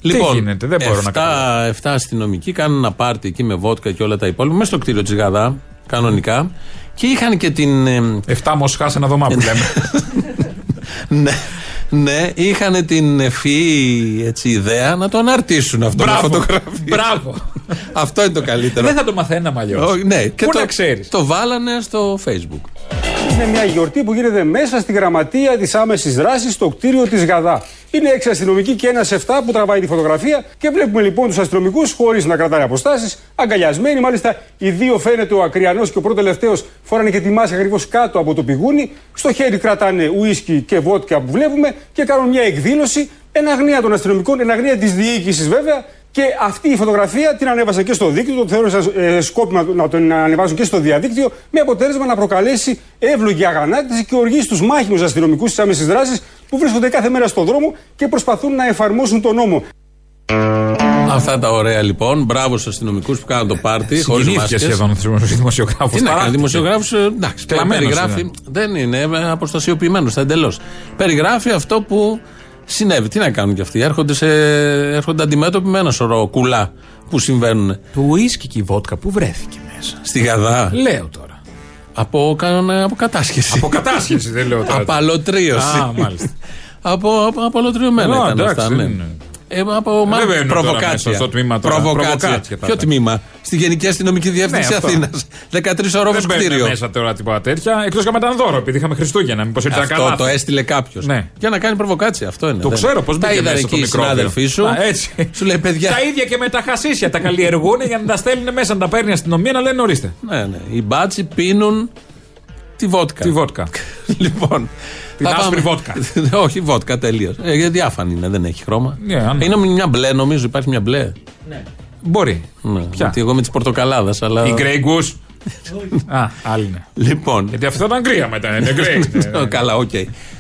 Τι γίνεται, δεν μπορώ να
να 7 αστυνομικοί κάνουν ένα πάρτι εκεί με βότκα και όλα τα υπόλοιπα, μέσα στο κτίριο της Γαδά, κανονικά. Και είχαν και την. ε,
7 μοσχά σε ένα δωμά που
[laughs]
λέμε.
ναι, ναι, είχαν την ευφυή έτσι, ιδέα να το αναρτήσουν αυτό με
Μπράβο.
φωτογραφίες.
Μπράβο.
Αυτό είναι το καλύτερο.
Δεν θα το μαθαίναμε αλλιώς.
Ω, ναι, και
Πού
το,
να ξέρεις.
το βάλανε στο Facebook.
Είναι μια γιορτή που γίνεται μέσα στη γραμματεία της άμεσης δράσης στο κτίριο της Γαδά. Είναι έξι αστυνομικοί και ένας 7 που τραβάει τη φωτογραφία και βλέπουμε λοιπόν τους αστυνομικούς χωρίς να κρατάνε αποστάσεις, αγκαλιασμένοι. Μάλιστα, οι δύο φαίνεται ο Ακριανός και ο πρώτο τελευταίο φοράνε και τη μάση ακριβώς κάτω από το πηγούνι. Στο χέρι κρατάνε ουίσκι και βότκα που βλέπουμε και κάνουν μια εκδήλωση εν αγνία των αστυνομικών, εν αγνία της διοίκησης βέβαια. Και αυτή η φωτογραφία την ανέβασα και στο δίκτυο, το θεώρησα ε, σκόπιμα να την ανεβάζουν και στο διαδίκτυο, με αποτέλεσμα να προκαλέσει εύλογη αγανάκτηση και οργή στου μάχημους αστυνομικούς της άμεσης δράσης που βρίσκονται κάθε μέρα στον δρόμο και προσπαθούν να εφαρμόσουν τον νόμο.
Αυτά τα ωραία λοιπόν. Μπράβο στους αστυνομικούς που κάναν το πάρτι. Χωρίς
Συγκινήθηκε
μάσκες.
σχεδόν ο δημοσιογράφος.
Τι να κάνει, δημοσιογράφο. Εντάξει, πε-
Πλαμμένος
περιγράφει.
είναι.
Δεν είναι ε, αποστασιοποιημένος εντελώς. Περιγράφει αυτό που συνέβη. Τι να κάνουν κι αυτοί. Έρχονται, σε, έρχονται αντιμέτωποι με ένα σωρό κουλά που συμβαίνουν.
Το ουίσκι και η βότκα που βρέθηκε μέσα.
Στη Γαδά.
Λέω τώρα.
Από, κανονα- από κατάσχεση. Από
κατάσχεση, δεν λέω τώρα.
Από αλωτρίωση.
Α, μάλιστα.
από, από, από αλωτριωμένα
Α,
ήταν
εντάξει,
αυτά.
δεν
ναι.
είναι.
Ε, από
Δεν
μάλλον
μπαίνουν τώρα μέσα
προβοκάτσια.
στο τμήμα τώρα. Προβοκάτσια
προβοκάτσια.
θα
Ποιο
ήταν.
τμήμα. Στη Γενική Αστυνομική Διεύθυνση
Ναι, αυτό.
Αθήνας. 13 ωρόφου
Δεν μπαίνουν
κτίριο.
μέσα τώρα τίποτα τέτοια. Εκτός και αν ήταν δώρο, επειδή είχαμε Χριστούγεννα. Μήπως ήρθαν
Αυτό
καλά.
το έστειλε κάποιος.
Ναι.
Για να κάνει προβοκάτσια. Αυτό είναι.
Το
Δεν-
ξέρω πώς
Τα
μπήκε
είδαν
μέσα το
εκεί οι
μικρό.
συνάδελφοί σου.
έτσι.
Σου λέει παιδιά.
Τα ίδια και με τα χασίσια τα καλλιεργούν για να τα στέλνουν μέσα, να τα παίρνει η αστυνομία να λένε ορίστε.
Ναι, ναι. Οι μπάτσι πίνουν τη βότκα. Τη
βότκα.
[laughs] λοιπόν.
Την
θα
άσπρη
πάμε-
βότκα.
[laughs] Όχι, βότκα τελείως. Ε, γιατί διάφανη είναι, δεν έχει χρώμα.
Ναι, αν-
είναι μια μπλε, νομίζω. Υπάρχει μια μπλε.
Μπορεί.
Ναι,
Ποια?
γιατί εγώ με της Πορτοκαλάδας. Αλλά...
Η Grey Goose. Ε, Α, άλλη είναι.
Λοιπόν.
Γιατί αυτό ήταν γκρία μετά. Είναι
[laughs]
Grey.
Ω, Καλά, οκ.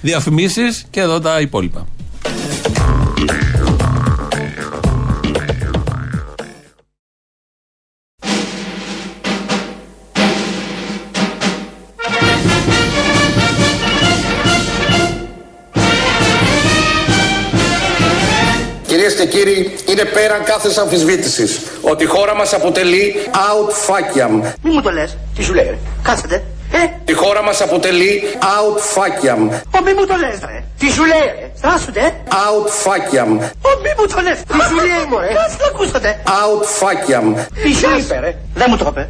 Διαφημίσεις και εδώ τα υπόλοιπα.
Κυρίες και κύριοι, είναι πέραν κάθε αμφισβήτησης ότι η χώρα μας αποτελεί out faciam.
Μη μου το λες. Τι σου λέει, ρε. Κάτσατε. Ε,
Τη χώρα μας αποτελεί out faciam.
Ω, μη μου το λες, ρε. Τι σου λέει, ρε. Στάσουτε.
Out faciam.
Ω, μη μου το λες. Τι σου λέει, μωρέ. Κάτσε να ακούσατε.
Out faciam.
Τι σου είπε, ρε. Δεν μου το είπε.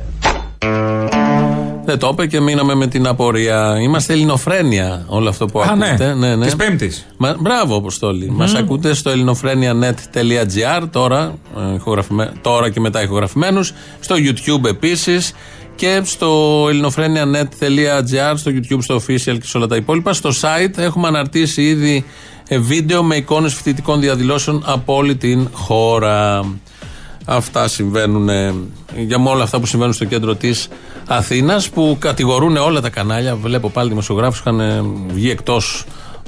Δεν το είπε και μείναμε με την απορία. Είμαστε ελληνοφρένια όλο αυτό που
Α, ναι.
ακούτε. Ναι, ναι.
Της Πέμπτης.
Μα, μπράβο, Αποστόλη. Μας Μας ακούτε στο ελληνοφρένια.net.gr τώρα, ε, ηχογραφημέ- τώρα και μετά ηχογραφημένους. Στο YouTube επίσης και στο ελληνοφρένια.net.gr, στο YouTube, στο official και σε όλα τα υπόλοιπα. Στο site έχουμε αναρτήσει ήδη ε, βίντεο με εικόνες φοιτητικών διαδηλώσεων από όλη την χώρα. Αυτά συμβαίνουν ε, για με όλα αυτά που συμβαίνουν στο κέντρο της Αθήνας που κατηγορούν όλα τα κανάλια. Βλέπω πάλι δημοσιογράφους είχαν ε, βγει εκτός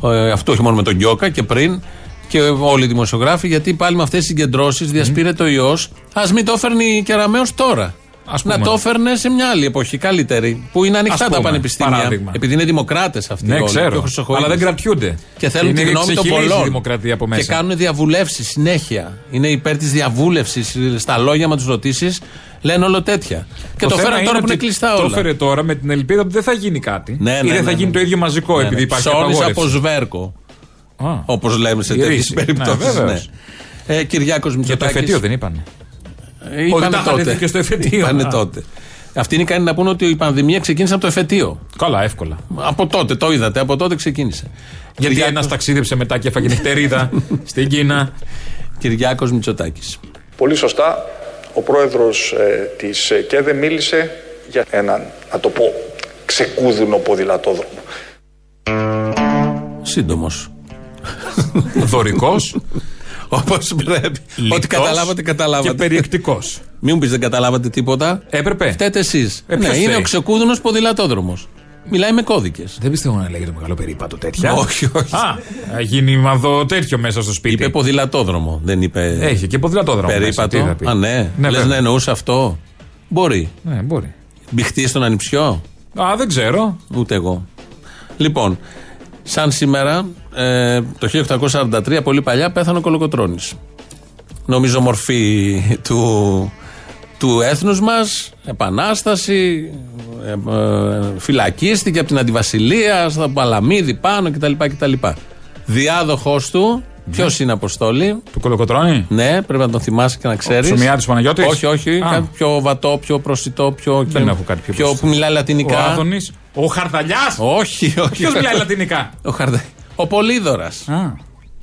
ε, αυτό όχι μόνο με τον Γκιόκα και πριν και όλοι οι δημοσιογράφοι γιατί πάλι με αυτές τις συγκεντρώσεις διασπείρεται ο ιός. Ας μην το φέρνει κεραμέο τώρα. Να το έφερνε σε μια άλλη εποχή, καλύτερη. Που είναι ανοιχτά
Ας
τα
πούμε,
πανεπιστήμια.
παράδειγμα.
Επειδή είναι δημοκράτες αυτοί.
Ναι,
όλοι,
ξέρω,
και ο Χρυσοχοίδης.
αλλά δεν κρατιούνται.
Και θέλουν
Είναι
τη γνώμη των
ξεχυλίζει η
πολλών.
δημοκρατία από μέσα.
Και κάνουν διαβουλεύσεις συνέχεια. Είναι υπέρ της διαβούλευσης. Στα λόγια με τους ρωτήσεις λένε όλο τέτοια. Και το,
θέμα
φέραν τώρα
είναι
που είναι
ότι
κλειστά
Το
όλα.
έφερε τώρα με την ελπίδα ότι δεν θα γίνει κάτι.
Ναι, ναι,
ή δεν
ναι,
θα
ναι.
γίνει το ίδιο μαζικό
Ναι, ναι.
επειδή υπάρχει
Ψώνεις
απαγόρευση.
από σβέρκο.
Α.
Όπως λέμε σε
Η
τέτοιε
ρίση. Ναι,
περιπτώσει.
βέβαιως.
Ε, Κυριάκος
Για το
Μητσοτάκης.
εφετείο δεν είπαν.
Ε, είπανε
τα είχαν
τότε.
δει και στο εφετείο.
Είπανε
Α.
τότε. Αυτοί είναι ικανοί να πούνε ότι η πανδημία ξεκίνησε από το εφετείο.
Καλά, εύκολα.
Από τότε, το είδατε, από τότε ξεκίνησε.
Γιατί ένας ταξίδεψε μετά και έφαγε νυχτερίδα στην Κίνα.
Κυριάκος Μητσοτάκης.
Πολύ σωστά, ο πρόεδρος ε, της ε, ΚΕΔΕ μίλησε για έναν, να το πω, ξεκούδουνο ποδηλατόδρομο.
Σύντομος. Δωρικός. Όπως πρέπει. Ό,τι καταλάβατε, καταλάβατε.
και περιεκτικός.
Μην μου πεις δεν καταλάβατε τίποτα.
Έπρεπε.
Φταίτε εσείς.
Ε,
ναι,
ποιος
είναι
φταίει?
ο ξεκούδουνος ποδηλατόδρομος. Μιλάει με κώδικες.
Δεν πιστεύω να λέγεται μεγάλο περίπατο τέτοια.
Όχι, όχι.
Α, θα γίνει μαδο τέτοιο μέσα στο σπίτι.
Είπε ποδηλατόδρομο. Δεν είπε.
Έχει και ποδηλατόδρομο. μέσα, τι
Περίπατο.
θα πει.
Α, ναι.
Ναι,
Λες
βέβαια.
να εννοούσε αυτό. Μπορεί.
Ναι, μπορεί.
Μπιχτή στον ανιψιό.
Α, δεν ξέρω.
Ούτε εγώ. Λοιπόν, σαν σήμερα, ε, το 1843, πολύ παλιά, πέθανε ο Κολοκοτρώνης. Νομίζω μορφή του, του έθνους μας, επανάσταση, ε, ε, φυλακίστηκε από την Αντιβασιλεία, στα Παλαμίδη πάνω κτλ. κτλ. Διάδοχος του,
Ναι.
ποιος είναι Αποστόλη.
Του Κολοκοτρώνη.
Ναι, πρέπει να τον θυμάσαι και να ξέρεις.
Ψωμιάδης Παναγιώτης?
Όχι, όχι,
Α.
κάτι πιο βατό, πιο προσιτό, πιο...
Δεν έχω κάτι πιο
πιο
προσιτό.
που μιλάει λατινικά.
Ο Άδωνης. Ο Χαρδαλιάς.
Όχι, όχι.
Ποιος μιλάει λατινικά.
Ο, Χαρδα... ο Πολύδωρας.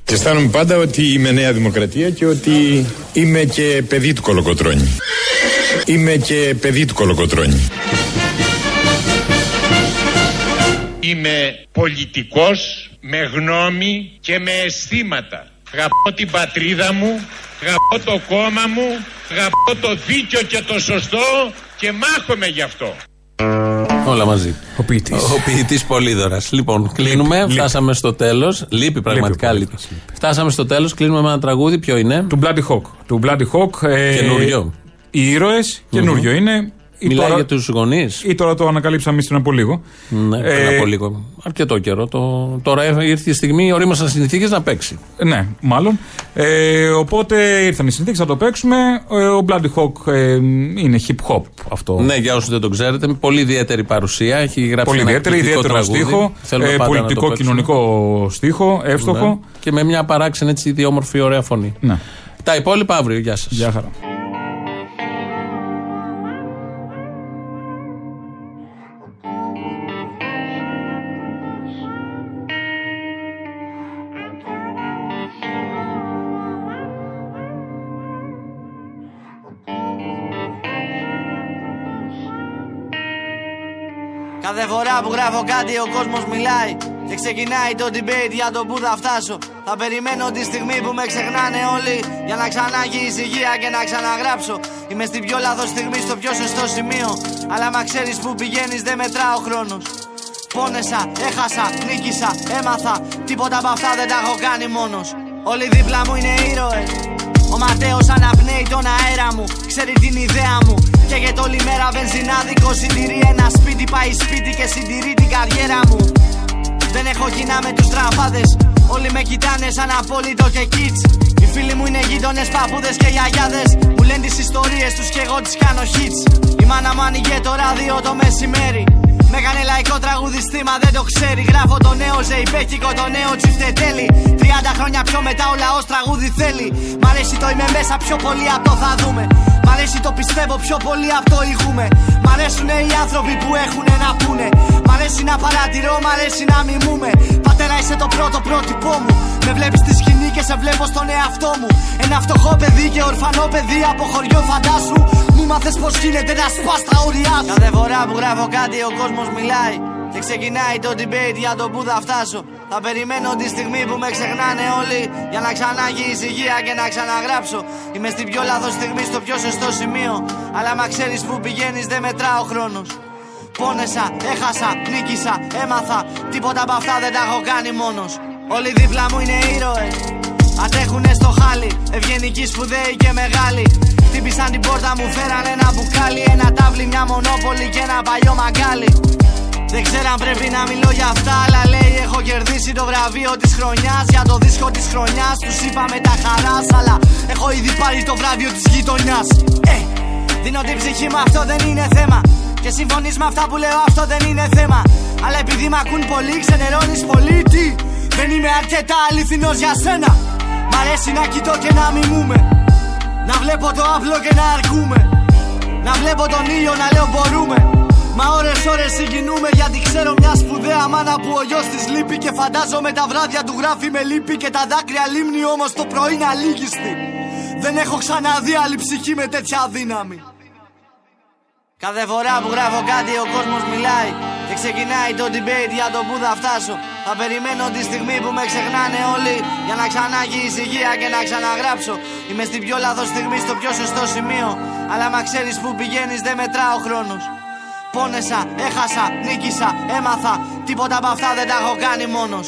Και αισθάνομαι πάντα ότι είμαι Νέα Δημοκρατία και ότι είμαι και παιδί του Κολοκοτρώνη. Είμαι και παιδί του Κολοκοτρώνη.
Είμαι πολιτικός με γνώμη και με αισθήματα. Γαπώ την πατρίδα μου, γαπώ το κόμμα μου, γαπώ το δίκιο και το σωστό και μάχομαι γι' αυτό.
Όλα μαζί. Ο ποιητής. Ο ποιητής Πολύδωρας. Λοιπόν, κλείνουμε. Φτάσαμε στο τέλος. Λείπει, πραγματικά λείπει. Φτάσαμε στο τέλος. Κλείνουμε με ένα τραγούδι. Ποιο είναι?
Του Bloody Hawk. Του Bloody Hawk. ε,
Καινούριο.
Οι ήρωες. Καινούριο είναι. Ή
Μιλάει
τώρα-
για τους γονείς.
Ή τώρα το ανακαλύψαμε εμεί πριν από λίγο.
Ναι, πριν
Ε,
από λίγο. Αρκετό καιρό. Το... Τώρα έφ- ήρθε η στιγμή, ορίμασαν συνθήκε να παίξει.
Ναι, μάλλον. Ε, οπότε ήρθαν οι συνθήκες να το παίξουμε. Ε, ο Bloody Hawk ε, είναι hip hop αυτό. Ε,
Ναι, για όσους δεν το ξέρετε, με πολύ ιδιαίτερη παρουσία. Έχει γράψει
Πολύ
ένα
ιδιαίτερο,
εκπληκτικό
ιδιαίτερο
τραγούδι.
στίχο.
Θέλουμε
ε,
πάντα να το
πολιτικό,
παίξουμε.
κοινωνικό στίχο, Ναι. εύστοχο.
Ναι. Και με μια παράξενη έτσι ιδιόμορφη ωραία φωνή. Τα υπόλοιπα αύριο. Γεια σας. Ναι. Γεια
χαρά.
Κάθε φορά που γράφω κάτι ο κόσμος μιλάει Και ξεκινάει το debate για το που θα φτάσω Θα περιμένω τη στιγμή που με ξεχνάνε όλοι Για να ξανάγει η ησυχία και να ξαναγράψω Είμαι στην πιο λάθος στιγμή στο πιο σωστό σημείο Αλλά μα ξέρεις που πηγαίνεις δεν μετρά ο χρόνος Πόνεσα, έχασα, νίκησα, έμαθα Τίποτα από αυτά δεν τα έχω κάνει μόνος Όλοι δίπλα μου είναι ήρωες Ο Ματέος αναπνέει τον αέρα μου Ξέρει την ιδέα μου Καίγεται όλη μέρα βενζινάδικο Συντηρεί ένα σπίτι, πάει σπίτι και συντηρεί την καριέρα μου Δεν έχω κοινά με τους τραβάδες Όλοι με κοιτάνε σαν απόλυτο και kids Οι φίλοι μου είναι γείτονες, παππούδες και γιαγιάδες Μου λένε τις ιστορίες τους και εγώ τις κάνω hits Η μάνα μου ανοίγε το ράδιο το μεσημέρι με κάνει λαϊκό τραγουδιστή, μα δεν το ξέρει. Γράφω το νέο ζεϊπέκικο, το νέο τσιφτετέλι. 30 χρόνια πιο μετά ο λαός τραγούδι θέλει. Μ' αρέσει το είμαι μέσα πιο πολύ από το θα δούμε. Μ' αρέσει το πιστεύω πιο πολύ από το ηγούμε. Μ' αρέσουν οι άνθρωποι που έχουν να πούνε. Μ' αρέσει να παρατηρώ, μ' αρέσει να μιμούμε. Πατέρα είσαι το πρώτο πρότυπό μου. Με βλέπεις στη σκηνή και σε βλέπω στον εαυτό μου. Ένα φτωχό παιδί και ορφανό παιδί από χωριό φαντάσου. Μου μάθες πώ γίνεται να σπά τα ωριά σου. Κάθε φορά που γράφω κάτι ο κόσμος μιλάει. Και ξεκινάει το debate για το που θα φτάσω. Θα περιμένω τη στιγμή που με ξεχνάνε όλοι. Για να ξανάγει η ησυχία και να ξαναγράψω. Είμαι στην πιο λάθος στιγμή στο πιο σωστό σημείο. Αλλά μα ξέρεις που πηγαίνεις δεν μετρά ο χρόνος. Πόνεσα, έχασα, νίκησα, έμαθα. Τίποτα από αυτά δεν τα έχω κάνει μόνος. Όλοι δίπλα μου είναι ήρωες Αντέχουνε στο χάλι, ευγενικοί σπουδαίοι και μεγάλοι. Χτύπησαν την πόρτα μου, φέραν ένα μπουκάλι. Ένα τάβλι, μια μονόπολη και ένα παλιό μαγκάλι. Δεν ξέρω αν πρέπει να μιλώ για αυτά, αλλά λέει έχω κερδίσει το βραβείο της χρονιάς. Για το δίσκο της χρονιάς, τους είπα με τα χαράς, αλλά έχω ήδη πάρει το βραβείο της γειτονιάς. Ε, δίνω την ψυχή μου, αυτό δεν είναι θέμα. Και συμφωνείς με αυτά που λέω, αυτό δεν είναι θέμα. Αλλά επειδή μ' ακούν πολύ, ξενερώνεις πολύ. Τι, δεν είμαι αρκετά αληθινός για σένα. Μ' αρέσει να κοιτώ και να μιμούμε. Να βλέπω το άπλο και να αρκούμε Να βλέπω τον ήλιο να λέω μπορούμε Μα ώρες ώρες συγκινούμε γιατί ξέρω μια σπουδαία μάνα που ο γιος της λείπει Και φαντάζομαι τα βράδια του γράφει με λύπη Και τα δάκρυα λίμνη όμως το πρωί να λύγιστη Δεν έχω ξαναδεί άλλη ψυχή με τέτοια δύναμη Κάθε φορά που γράφω κάτι ο κόσμος μιλάει Και ξεκινάει το debate για το που θα φτάσω Θα περιμένω τη στιγμή που με ξεχνάνε όλοι Για να ξανάγει η ησυχία και να ξαναγράψω Είμαι στην πιο λάθος στιγμή στο πιο σωστό σημείο Αλλά μα ξέρεις που πηγαίνεις δεν μετρά ο χρόνος Πόνεσα, έχασα, νίκησα, έμαθα Τίποτα από αυτά δεν τα έχω κάνει μόνος